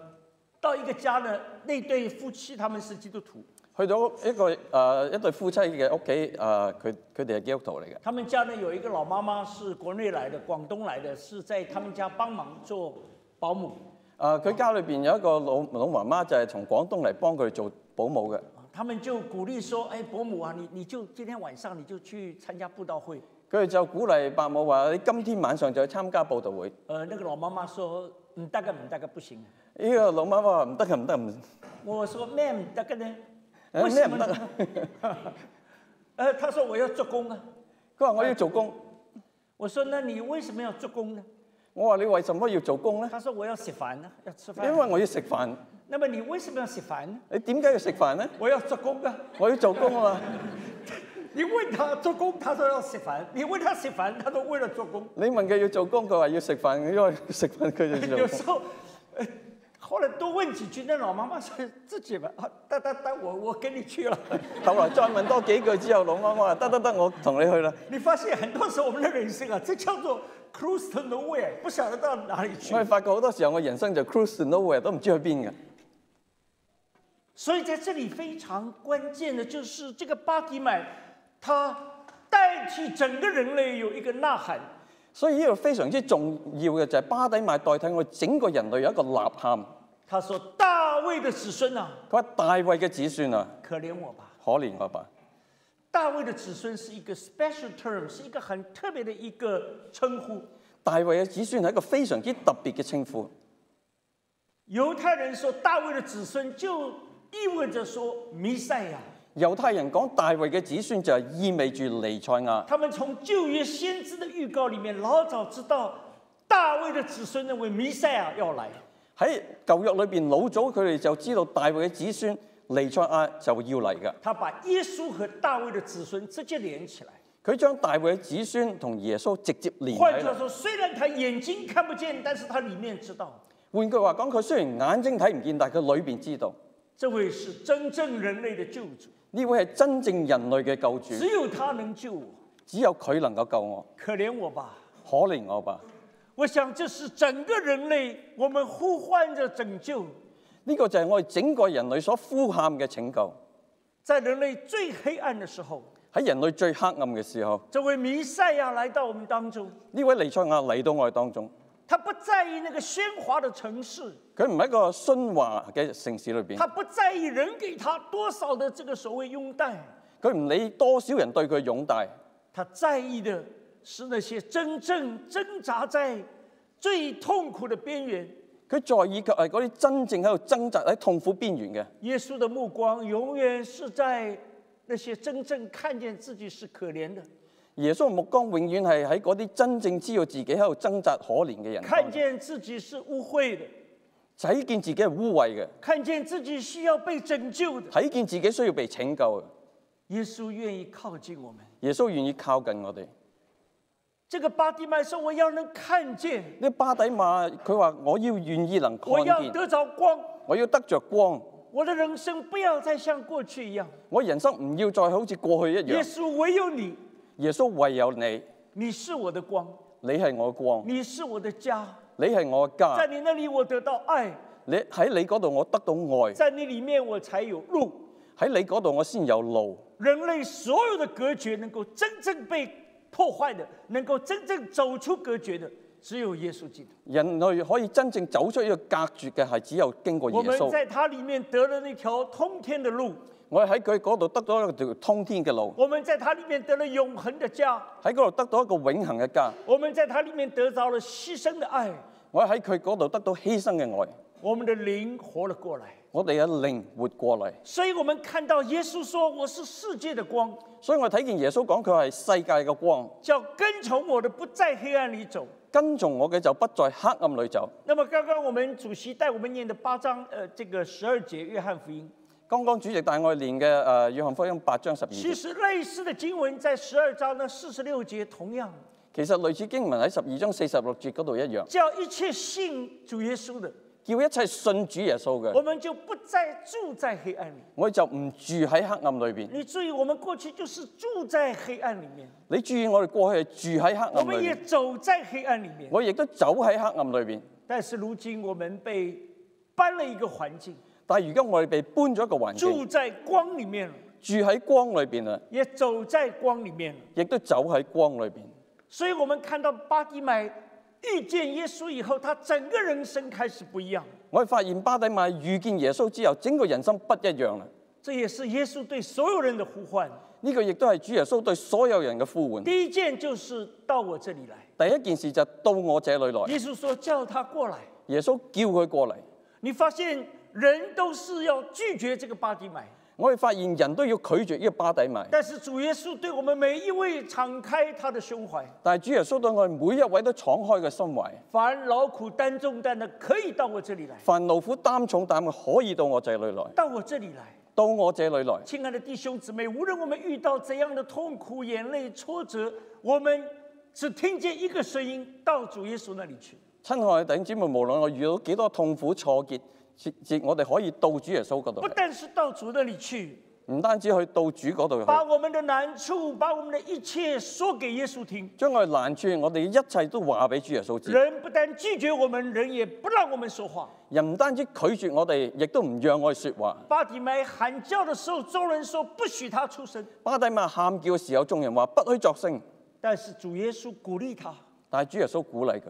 Speaker 1: 到一个家呢，那对夫妻他们是基督徒，
Speaker 2: 去到一個誒、呃一對夫妻嘅屋企，誒佢佢哋係基督徒嚟嘅。
Speaker 1: 他们家呢有一个老妈妈是国内来的，广东来的，是在他们家帮忙做保姆。
Speaker 2: 誒呃佢家裏邊有一個老老媽媽就係從廣東嚟幫佢哋做保姆嘅。
Speaker 1: 啊他们就鼓励说：“哎，伯母啊，你你就今天晚上你就去参加布道会。
Speaker 2: 佢哋就鼓勵伯母話：你今天晚上就去參加報道會。呢、”
Speaker 1: 呃，那个老妈妈说：“嗯，大概嗯，大概不行。
Speaker 2: 個老媽媽話唔得嘅，唔得唔得。”
Speaker 1: 我说：“妹，嗯大概呢？
Speaker 2: 誒
Speaker 1: 为
Speaker 2: 咩
Speaker 1: 什
Speaker 2: 唔
Speaker 1: 么
Speaker 2: 得
Speaker 1: 呢
Speaker 2: 啊？？
Speaker 1: 呃，他说我要做工啊。
Speaker 2: 佢話我要做工。
Speaker 1: 我说那你為什麼要做工呢？
Speaker 2: 我話你為什麼要做工咧？
Speaker 1: 他說我要食飯呢，要吃
Speaker 2: 因為
Speaker 1: 飯。
Speaker 2: 我要食飯。
Speaker 1: 那麼你為什麼要食飯呢？
Speaker 2: 你點解要食飯咧？
Speaker 1: 我要做工啊！
Speaker 2: 我要做工啊嘛。
Speaker 1: 你問他做工，他說要食飯；你問他食飯，他說為了做工。
Speaker 2: 你問佢要做工，佢話要食飯，因為食飯佢就
Speaker 1: 有
Speaker 2: 要做
Speaker 1: 時
Speaker 2: 工。
Speaker 1: 候，呃，後來多問幾句，那老媽媽說自己吧，啊，得得得，我我跟你去了。
Speaker 2: 後來再問多幾句之後，老媽媽話：得得得，我同你去啦。
Speaker 1: 你發現很多時候我們的人生啊，這叫做 cruise to nowhere，不曉得到哪裡去
Speaker 2: 我。哋發覺好多時候，我人生就 cruise to nowhere，都唔知去邊嘅。
Speaker 1: 所以在这里非常关键的就是这个巴迪买，他代替整个人类有一个呐喊，
Speaker 2: 所以呢個非常之重要嘅就係巴底買代替我整個人類有一個吶喊。
Speaker 1: 他说：“大卫的子孙啊，
Speaker 2: 佢話大衛嘅子孫啊，
Speaker 1: 可怜我吧。
Speaker 2: 可憐我吧。”
Speaker 1: 大卫的子孫是一个 special term，是一个很特别的一个称呼。
Speaker 2: 大衛嘅子孫係一個非常之特別嘅稱呼。
Speaker 1: 犹太人说大卫的子孙就意味着说弥赛亚，
Speaker 2: 猶太人講大衛嘅子孫就係意味住尼賽亞。
Speaker 1: 他们从旧约先知的预告里面老早知道大卫的子孙认为弥赛亚要来。
Speaker 2: 喺舊約裏邊，老早佢哋就知道大衛嘅子孫尼賽亞就要嚟㗎。
Speaker 1: 他把耶稣和大卫的子孙直接连起来，
Speaker 2: 佢將大衛嘅子孫同耶穌直接連起
Speaker 1: 换句话
Speaker 2: 嚟。
Speaker 1: 说，虽然他眼睛看不见，但是他里面知道，
Speaker 2: 換句話講，佢雖然眼睛睇唔見，但係佢裏邊知道。
Speaker 1: 这位是真正人类的救主，
Speaker 2: 呢位係真正人類嘅救主
Speaker 1: 只，有他能救我。
Speaker 2: 只有佢能夠救我。
Speaker 1: 可怜我吧！
Speaker 2: 可憐我吧！
Speaker 1: 我想这是整个人类，我们呼唤着拯救，
Speaker 2: 呢、個就係我哋整個人類所呼喊嘅拯救。
Speaker 1: 在人类最黑暗的时候，
Speaker 2: 喺人類最黑暗嘅時候，
Speaker 1: 这位弥赛亚来到我们当中，
Speaker 2: 呢位尼賽亞嚟到我哋當中。
Speaker 1: 他不在意那个喧哗的城市，
Speaker 2: 佢唔喺一個喧華嘅城市裏邊
Speaker 1: 他，不在意人给他多少的这个所谓拥戴，
Speaker 2: 佢唔理多少人對佢擁戴，
Speaker 1: 他在意的是那些真正挣扎在最痛苦的边缘。
Speaker 2: 佢在意嘅係嗰啲真正喺度掙扎喺痛苦邊緣嘅。
Speaker 1: 耶稣的目光永远是在那些真正看见自己是可怜的、
Speaker 2: 耶穌嘅目光永遠係喺嗰啲真正知道自己喺度掙扎可憐嘅人當
Speaker 1: 看
Speaker 2: 中，
Speaker 1: 见自己是污秽的、
Speaker 2: 睇見自己係污穢嘅，
Speaker 1: 看见自己需要被拯救的。
Speaker 2: 睇見自己需要被拯救嘅。
Speaker 1: 耶稣愿意靠近我们。
Speaker 2: 耶穌願意靠近我哋。
Speaker 1: 这个巴蒂麦说：“我要能看見，
Speaker 2: 呢巴底馬佢話：我要願意能看
Speaker 1: 我要
Speaker 2: 見，
Speaker 1: 得着光，
Speaker 2: 我要得着光，
Speaker 1: 我的人生不要再像过去一样。
Speaker 2: 我人生唔要再好似過去一
Speaker 1: 耶
Speaker 2: 樣。
Speaker 1: 稣，唯有你，
Speaker 2: 耶穌唯有你，
Speaker 1: 你是我的光，
Speaker 2: 你係我嘅光，
Speaker 1: 你是我的家，
Speaker 2: 你係我嘅家
Speaker 1: 在。你那里我得到爱，
Speaker 2: 你喺你嗰度我得到愛，
Speaker 1: 在你里面我才有路。
Speaker 2: 喺你嗰度我先有路。
Speaker 1: 人类所有的隔绝能够真正被破坏的，能够真正走出隔绝的，只有耶稣基督。
Speaker 2: 人類可以真正走出呢個隔絕嘅係只有經過耶
Speaker 1: 我们
Speaker 2: 穌。
Speaker 1: 在他里面得了那条通天的路，
Speaker 2: 我喺佢嗰度得到一條通天嘅路，
Speaker 1: 我们在他里面得了永恒的家，
Speaker 2: 喺嗰度得到一個永恆嘅家。
Speaker 1: 我们在他里面得着了牺牲的爱，
Speaker 2: 我喺佢嗰度得到犧牲嘅愛，
Speaker 1: 我们的灵活了过来。
Speaker 2: 我哋嘅靈活過嚟。
Speaker 1: 所以我们看到耶稣说：“我是世界的光，
Speaker 2: 所以我睇見耶穌講佢係世界嘅光，
Speaker 1: 叫跟从我的不在黑暗里走。
Speaker 2: 跟從我嘅就不在黑暗裏走。”
Speaker 1: 那么刚刚我们主席带我们念的八章，呃，这个十二节约翰福音，
Speaker 2: 剛剛主席帶我練嘅誒約翰福音八章十二
Speaker 1: 其
Speaker 2: 節，
Speaker 1: 实类似的经文在十二章的四十六节同样
Speaker 2: 其實類似經文喺十二章四十六節嗰度一樣，
Speaker 1: 叫一切信主耶稣的，
Speaker 2: 叫一切信主耶穌
Speaker 1: 我
Speaker 2: 嘅，
Speaker 1: 们就不再住在黑暗里。
Speaker 2: 我哋就唔住喺黑暗裏邊。
Speaker 1: 你注意，我们过去就是住在黑暗里面，
Speaker 2: 你注意我哋過去係住喺黑
Speaker 1: 我
Speaker 2: 暗
Speaker 1: 们
Speaker 2: 裏
Speaker 1: 也
Speaker 2: 邊，
Speaker 1: 走在黑暗里面。
Speaker 2: 我亦都走喺黑暗裏邊。
Speaker 1: 但是如今我们被搬了一个环境，
Speaker 2: 但係如今我哋被搬咗一個環境
Speaker 1: 住，在光里面了，
Speaker 2: 住喺光裏邊啊，
Speaker 1: 也走在光里面了。
Speaker 2: 亦都走喺光裏邊。
Speaker 1: 所以我们看到巴迪买遇见耶稣以后，他整個人生開始不一樣。
Speaker 2: 我哋發現巴底馬遇見耶穌之後，整個人生不一樣啦。
Speaker 1: 這也是耶穌對所有人的呼喚。
Speaker 2: 呢、個亦都係主耶穌對所有人嘅呼喚。
Speaker 1: 第一件就是到我這裡來。
Speaker 2: 第一件事就係到我這裏來，
Speaker 1: 耶穌說叫他過來。
Speaker 2: 耶穌叫佢過嚟。
Speaker 1: 你發現人都是要拒絕這個巴迪買，
Speaker 2: 我哋發現人都要拒絕呢個巴底米，
Speaker 1: 但是主耶穌對我們每一位敞開他的胸懷，
Speaker 2: 但係主耶穌對我哋每一位都敞開嘅心懷，
Speaker 1: 凡勞苦擔重擔的可以到我這裡來，
Speaker 2: 凡勞苦擔重擔嘅可以到我這裏來，
Speaker 1: 到我這裡來。
Speaker 2: 到我這裏來。
Speaker 1: 亲愛的弟兄姊妹，無論我們遇到怎樣的痛苦、眼淚、挫折，我們只聽見一個聲音：到主耶穌那裡去。
Speaker 2: 親愛嘅弟兄姊妹，無論我遇到幾多痛苦挫折，切切我哋可以到主耶穌嗰度
Speaker 1: 不
Speaker 2: 嚟，
Speaker 1: 但是到主那裡去，
Speaker 2: 唔單止去到主嗰度
Speaker 1: 把
Speaker 2: 去，
Speaker 1: 我們的難處、把我們的一切說給耶穌聽。
Speaker 2: 將我哋難處，我哋一切都話俾主耶穌知。
Speaker 1: 人不但拒絕我們，人也不讓我們說話。
Speaker 2: 人唔單止拒絕我哋，亦都唔讓我哋説話。
Speaker 1: 巴底买喊叫的時候，众人說不許他出聲，
Speaker 2: 巴底馬喊叫嘅時候，眾人話不許作聲，
Speaker 1: 但是主耶穌鼓勵他，
Speaker 2: 但係主耶穌鼓勵佢，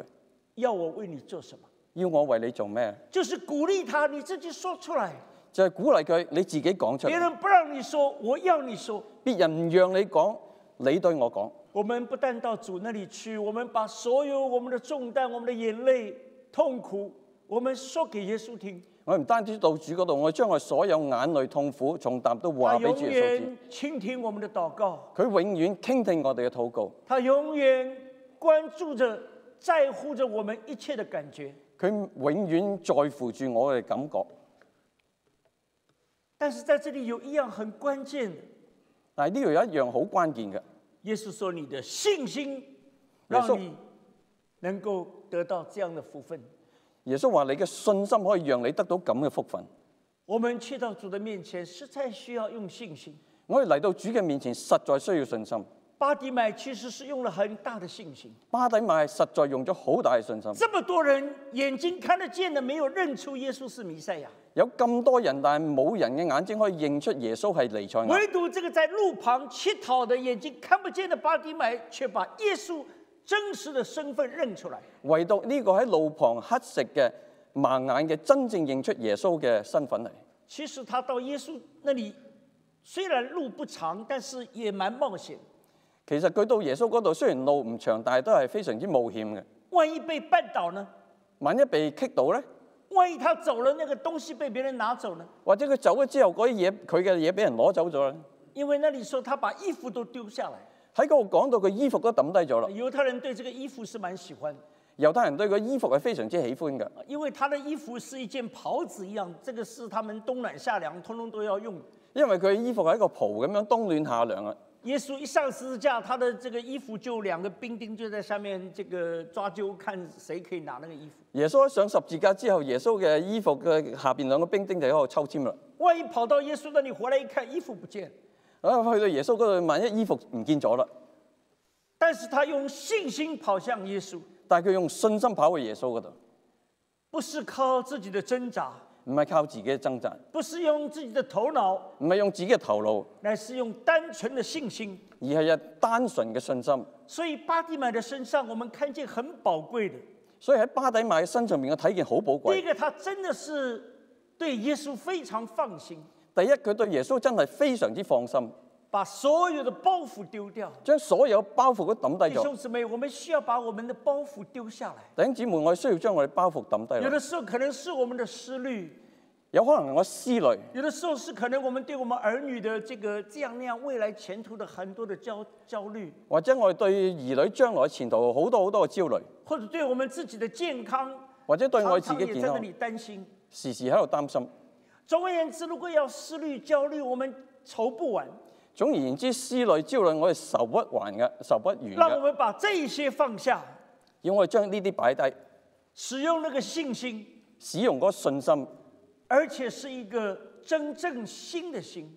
Speaker 1: 要我為你做什麼？
Speaker 2: 要我為你做咩？
Speaker 1: 就是鼓勵他，你自己說出來，
Speaker 2: 就係、鼓勵佢，你自己講出
Speaker 1: 別
Speaker 2: 嚟。
Speaker 1: 人不讓你說，我要你說。
Speaker 2: 別人唔讓你講，你對我講。
Speaker 1: 我們不但到主那裡去，我們把所有我們的重擔、我們的眼淚、痛苦，我們說給耶穌聽，
Speaker 2: 我唔單止到主嗰度，我將我所有眼淚、痛苦、重擔都
Speaker 1: 他
Speaker 2: 話俾
Speaker 1: 永
Speaker 2: 主耶穌知
Speaker 1: 遠。傾聽我們的禱告，
Speaker 2: 佢永遠傾聽我哋嘅禱告，
Speaker 1: 他永遠關注着、在乎着我們一切的感覺。
Speaker 2: 佢永遠在乎住我嘅感覺。
Speaker 1: 但是在這裡有一樣很關鍵的，
Speaker 2: 但係呢度有一樣好關鍵嘅，
Speaker 1: 耶穌說：“你的信心
Speaker 2: 耶穌
Speaker 1: 讓你能夠得到這樣的福分。
Speaker 2: 耶穌話：你嘅信心可以讓你得到咁嘅福分。”
Speaker 1: 我们去到主的面前，实在需要用信心。
Speaker 2: 我哋嚟到主嘅面前，實在需要信心。
Speaker 1: 巴迪买其实是用了很大的信心，
Speaker 2: 巴底買實在用咗好大嘅信心。
Speaker 1: 这么多人眼睛看得见的，没有认出耶稣是弥赛亚，
Speaker 2: 有咁多人，但係冇人嘅眼睛可以認出耶穌係尼賽亞。
Speaker 1: 唯独这个在路旁乞讨的、眼睛看不见的巴迪买，却把耶稣真实的身份认出来。
Speaker 2: 唯獨呢個喺路旁乞食嘅盲眼嘅，真正認出耶穌嘅身份嚟。
Speaker 1: 其实他到耶稣那里，虽然路不长，但是也蛮冒险。
Speaker 2: 其實佢到耶穌嗰度，雖然路唔長，但係都係非常之冒險嘅。
Speaker 1: 万一被绊倒呢？
Speaker 2: 萬一被棘到呢，
Speaker 1: 万一他走了，那个东西被别人拿走呢？
Speaker 2: 或者佢走咗之後，嗰啲嘢佢嘅嘢俾人攞走咗呢，
Speaker 1: 因为那里说他把衣服都丢下来，
Speaker 2: 喺嗰度講到佢衣服都抌低咗啦。
Speaker 1: 犹太人對這個衣服是蠻喜歡的，
Speaker 2: 猶太人對個衣服係非常之喜歡嘅，
Speaker 1: 因為他的衣服是一件袍子一樣，這個是他們冬暖夏涼通通都要用的。
Speaker 2: 因為佢衣服係一個袍咁樣，冬暖夏涼啊。
Speaker 1: 耶穌一上十字架，他的這個衣服就兩個兵丁就在下面這個抓阄，看誰可以拿那個衣服。
Speaker 2: 耶穌一上十字架之後，耶穌嘅衣服嘅下邊兩個兵丁就喺度抽籤啦。
Speaker 1: 萬一跑到耶穌那裡回來一看，衣服不見了，
Speaker 2: 啊，去到耶穌嗰度，萬一衣服唔見咗啦，
Speaker 1: 但是他用信心跑向耶穌，
Speaker 2: 但係佢用信心跑去耶穌嗰度，
Speaker 1: 不是靠自己的掙扎，
Speaker 2: 唔係靠自己嘅掙扎，
Speaker 1: 不是用自己的頭腦，
Speaker 2: 唔係用自己嘅頭腦，
Speaker 1: 乃是用單純的信心。
Speaker 2: 而係有單純嘅信心。
Speaker 1: 所以巴蒂买的身上，我们看見很寶貴的。
Speaker 2: 所以喺巴底買嘅身上面，我睇見好寶
Speaker 1: 第一
Speaker 2: 貴。
Speaker 1: 个，他真的是對耶穌非常放心，
Speaker 2: 第一，佢對耶穌真係非常之放心，
Speaker 1: 把所有的包袱丟掉。
Speaker 2: 將所有包袱都抌
Speaker 1: 弟
Speaker 2: 低咗
Speaker 1: 兄。姊妹，我们需要把我们的包袱丢下来。
Speaker 2: 弟兄姊妹，我需要將我哋包袱抌低
Speaker 1: 有
Speaker 2: 啦。
Speaker 1: 的时候可能是我们的思虑，
Speaker 2: 有可能我思慮，
Speaker 1: 有的时候是可能我们对我们儿女的这个这样那样未来前途的很多的焦焦虑，
Speaker 2: 或者我哋對兒女將來前途好多好多嘅焦慮，
Speaker 1: 或者对我们自己的健康，
Speaker 2: 或者對我
Speaker 1: 常
Speaker 2: 自
Speaker 1: 常
Speaker 2: 己
Speaker 1: 也
Speaker 2: 健
Speaker 1: 在那
Speaker 2: 康
Speaker 1: 里担心。
Speaker 2: 時時喺度擔心。
Speaker 1: 总而言之，如果要思虑焦虑，我们愁不完。
Speaker 2: 總而言之，思慮、焦慮，我哋受不還嘅，受不完
Speaker 1: 让我
Speaker 2: 嘅。
Speaker 1: 们把这些放下，
Speaker 2: 要我哋將呢啲擺低，
Speaker 1: 使用那个信心，
Speaker 2: 使用嗰個信心，
Speaker 1: 而且是一个真正新的心。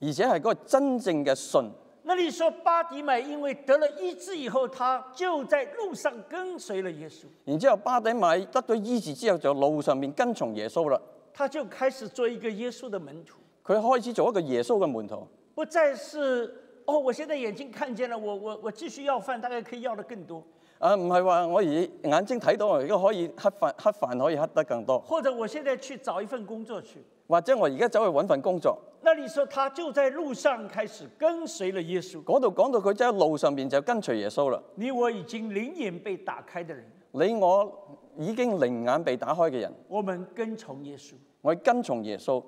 Speaker 2: 而且係嗰個真正嘅信。
Speaker 1: 那里说巴迪买因为得了医治以后，他就在路上跟随了耶稣，
Speaker 2: 然之後，巴底買得咗醫治之後，就路上面跟從耶穌啦。
Speaker 1: 他就開始做一個耶穌的門徒，
Speaker 2: 佢開始做一個耶穌嘅門徒，
Speaker 1: 不再是哦，我现在眼睛看见了，我我我继续要飯，大概可以要的更多，
Speaker 2: 啊，唔係話我而眼睛睇到，我而家可以黑飯，黑飯可以黑得更多，
Speaker 1: 或者我现在去找一份工作去。
Speaker 2: 或者我而家走去揾份工作。
Speaker 1: 那里说他就在路上开始跟隨了耶稣，
Speaker 2: 嗰度講到佢就喺路上面就跟隨耶穌啦。
Speaker 1: 你我已经灵眼被打開的人，
Speaker 2: 你我已經靈眼被打開嘅人，
Speaker 1: 我们跟從耶稣。
Speaker 2: 我哋跟從耶穌。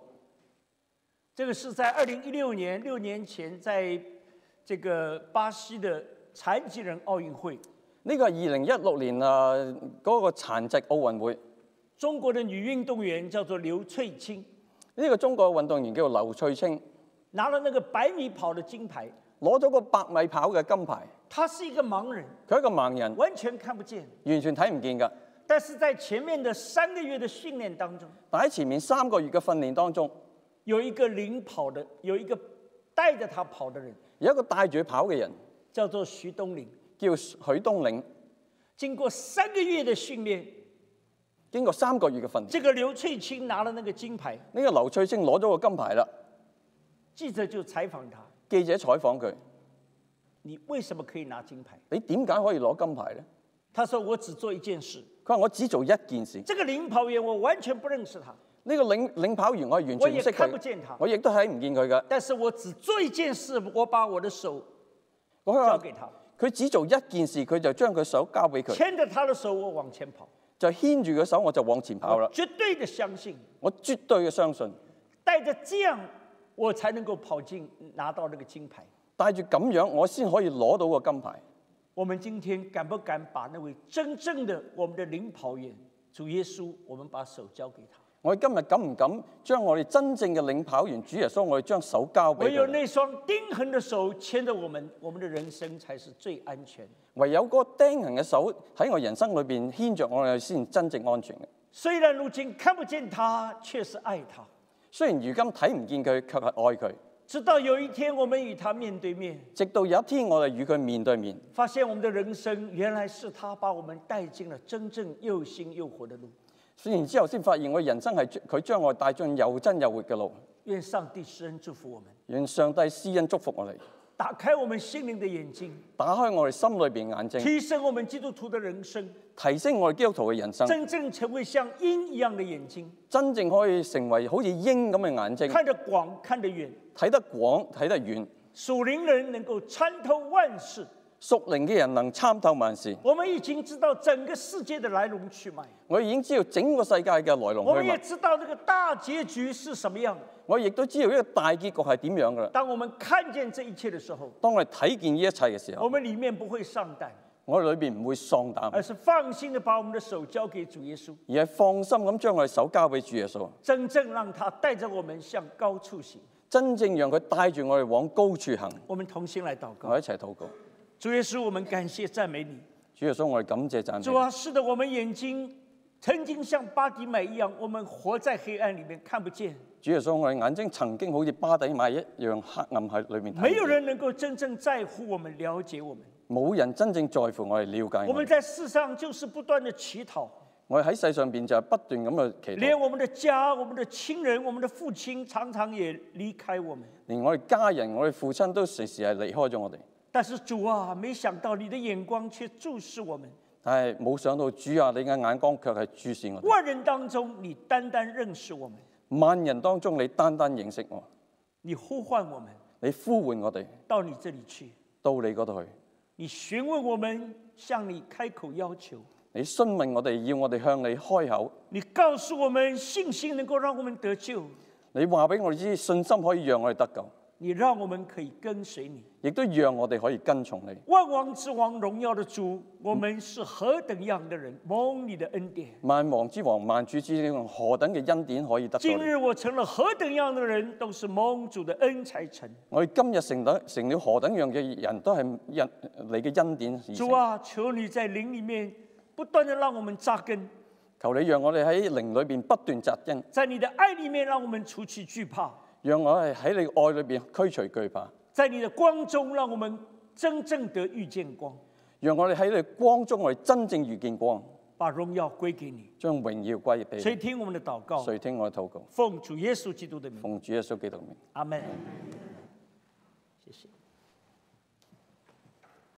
Speaker 1: 这个是在二零一六年六年前，在这个巴西的残疾人奥运会，
Speaker 2: 呢個係二零一六年啊嗰、個殘疾奧運會，呢、
Speaker 1: 中国的女运动员叫做刘翠青，
Speaker 2: 個中國運動員叫劉翠清，
Speaker 1: 拿了那个百米跑的金牌。
Speaker 2: 攞咗個百米跑嘅金牌。
Speaker 1: 她是一个盲人，
Speaker 2: 佢係一個盲人，
Speaker 1: 完全看不见，
Speaker 2: 完全睇唔見㗎。
Speaker 1: 但是在前面的三个月的训练当中，
Speaker 2: 但喺前面三個月嘅訓練當中，
Speaker 1: 有一个领跑的，有一个带着她跑的人，
Speaker 2: 有一個帶住佢跑嘅人
Speaker 1: 叫做徐东林。
Speaker 2: 叫許東嶺。
Speaker 1: 经过三个月的训练，
Speaker 2: 經過三個月嘅訓練，
Speaker 1: 这个刘翠青拿了那个金牌。
Speaker 2: 呢、個劉翠清攞咗個金牌啦。
Speaker 1: 记者就采访她：“
Speaker 2: 記者採訪佢：
Speaker 1: 你为什么可以拿金牌？
Speaker 2: 你點解可以攞金牌呢？
Speaker 1: 她说：“我只做一件事。”
Speaker 2: 佢話：我只做一件事。
Speaker 1: 这个领跑员我完全不认识他，
Speaker 2: 呢、個領領跑員我係完
Speaker 1: 我
Speaker 2: 全唔
Speaker 1: 也
Speaker 2: 識
Speaker 1: 看不見
Speaker 2: 佢
Speaker 1: 他，
Speaker 2: 我亦都睇唔見佢㗎。
Speaker 1: 但是我只做一件事，我把我的手
Speaker 2: 我
Speaker 1: 交
Speaker 2: 話
Speaker 1: 给他，
Speaker 2: 佢只做一件事，佢就將佢手交俾佢，
Speaker 1: 牵着他的手我往前跑，
Speaker 2: 就牽住佢手，我就往前跑啦
Speaker 1: 我。绝对的相信，
Speaker 2: 我絕對嘅相信，
Speaker 1: 带着这样我才能够跑进拿到那个金牌。
Speaker 2: 帶住咁樣，我先可以攞到個金牌。
Speaker 1: 我们今天敢不敢把那位真正的我们的领跑员主耶稣，我们把手交给他？
Speaker 2: 我哋今日敢唔敢將我哋真正嘅領跑員主耶穌，我哋將手交俾
Speaker 1: 唯有
Speaker 2: 佢？
Speaker 1: 那双钉痕的手牵着我们，我们的人生才是最安全的。
Speaker 2: 唯有嗰個釘痕嘅手喺我人生裏邊牽着我哋，先真正安全嘅。
Speaker 1: 虽然如今看不见他，却是爱他。
Speaker 2: 雖然如今睇唔見佢，卻係愛佢。
Speaker 1: 直到有一天我们与他面对面，
Speaker 2: 直到有一天我哋與佢面對面，
Speaker 1: 发现我们的人生原来是他把我们带进了真正又新又活的路。
Speaker 2: 然之後先發現我人生係佢將我帶進又真又活嘅路。
Speaker 1: 愿上帝施恩祝福我们，
Speaker 2: 願上帝施恩祝福我哋，
Speaker 1: 打开我们心灵的眼睛，
Speaker 2: 打開我哋心裏邊眼睛，
Speaker 1: 提升我们基督徒的人生，
Speaker 2: 提升我哋基督徒嘅人生，
Speaker 1: 真正成为像鹰一样的眼睛，
Speaker 2: 真正可以成為好似鷹咁嘅眼睛，
Speaker 1: 看得广，看得远，
Speaker 2: 睇得廣，睇得遠。
Speaker 1: 属灵人能够参透万事。
Speaker 2: 屬靈嘅人能參透萬事。
Speaker 1: 我们已经知道整个世界的来龙去脉，
Speaker 2: 我已經知道整個世界嘅來龍
Speaker 1: 我们
Speaker 2: 去
Speaker 1: 也
Speaker 2: 脈，
Speaker 1: 知道那个大结局是什么样的。
Speaker 2: 我亦都知道呢個大結局係點樣噶啦。
Speaker 1: 当我们看见这一切的时候，
Speaker 2: 當我哋睇見呢一切嘅時候，
Speaker 1: 我们里面不会上当，
Speaker 2: 我哋裏邊唔會喪膽，
Speaker 1: 而是放心的把我们的手交给主耶稣，
Speaker 2: 而係放心咁將我哋手交俾主耶穌，
Speaker 1: 真正让他带着我们向高处行。
Speaker 2: 真正讓佢帶住我哋往高處行。
Speaker 1: 我们同心来祷告
Speaker 2: 我。哋一齊禱告，
Speaker 1: 主耶稣，我们感谢赞美你。
Speaker 2: 主耶穌，我哋感謝讚
Speaker 1: 主
Speaker 2: 美。
Speaker 1: 啊，是的，我们眼睛曾经像巴迪买一样，我们活在黑暗里面看不见，
Speaker 2: 主耶穌，我哋眼睛曾經好似巴底馬一樣黑暗喺裏面睇唔見，
Speaker 1: 没有人能够真正在乎我们、了解我们。
Speaker 2: 冇人真正在乎我哋了解
Speaker 1: 我
Speaker 2: 我
Speaker 1: 们
Speaker 2: 哋。
Speaker 1: 在世上就是不断的乞讨，
Speaker 2: 我哋喺世上邊就係不斷咁去祈
Speaker 1: 连
Speaker 2: 禱，
Speaker 1: 我们的家、我们的亲人、我们的父亲常常也离开我们。
Speaker 2: 連我哋家人、我哋父親都時時係離開咗我哋。
Speaker 1: 但是主啊，没想到你的眼光却注视我们，
Speaker 2: 但係冇想到主啊，你嘅眼光卻係注視我哋。
Speaker 1: 万人当中你单单认识我们，
Speaker 2: 萬人當中，你單單認識我，
Speaker 1: 你呼唤我们
Speaker 2: 你呼喚我哋
Speaker 1: 到你这里去，
Speaker 2: 到你嗰度去，
Speaker 1: 你询问我们，向你开口要求。
Speaker 2: 你詢問我哋，要我哋向你開口。
Speaker 1: 你告诉我们，信心能够让我们得救，
Speaker 2: 你話俾我哋知，信心可以讓我哋得救，
Speaker 1: 你讓我們可以跟隨你。
Speaker 2: 亦都讓我哋可以跟從你。
Speaker 1: 萬王之王、榮耀的主，我們是何等樣的人，蒙你的恩典。
Speaker 2: 萬王之王、萬主之王，何等嘅恩典可以得到
Speaker 1: 今
Speaker 2: 你？
Speaker 1: 日我成了何等樣的人，都是蒙主的恩才成。
Speaker 2: 我哋今日成得成了何等樣嘅人，都係恩你嘅恩典而
Speaker 1: 主
Speaker 2: 成。
Speaker 1: 啊，求你在灵里面不斷的讓我們扎根，
Speaker 2: 求你讓我哋喺靈裏邊不斷扎根，
Speaker 1: 在你的愛里面讓我們除去懼怕，
Speaker 2: 讓我哋喺你嘅愛裏邊驅除懼怕，
Speaker 1: 在你的光中讓我們真正得遇見光，
Speaker 2: 讓我哋喺你光中我哋真正遇見光，
Speaker 1: 把榮耀歸給你。
Speaker 2: 將榮耀歸俾
Speaker 1: 垂
Speaker 2: 你。
Speaker 1: 聽我們的禱告，
Speaker 2: 誰聽我嘅禱告？
Speaker 1: 奉主耶穌基督的名，
Speaker 2: 奉主耶穌基督嘅名。
Speaker 1: 阿門。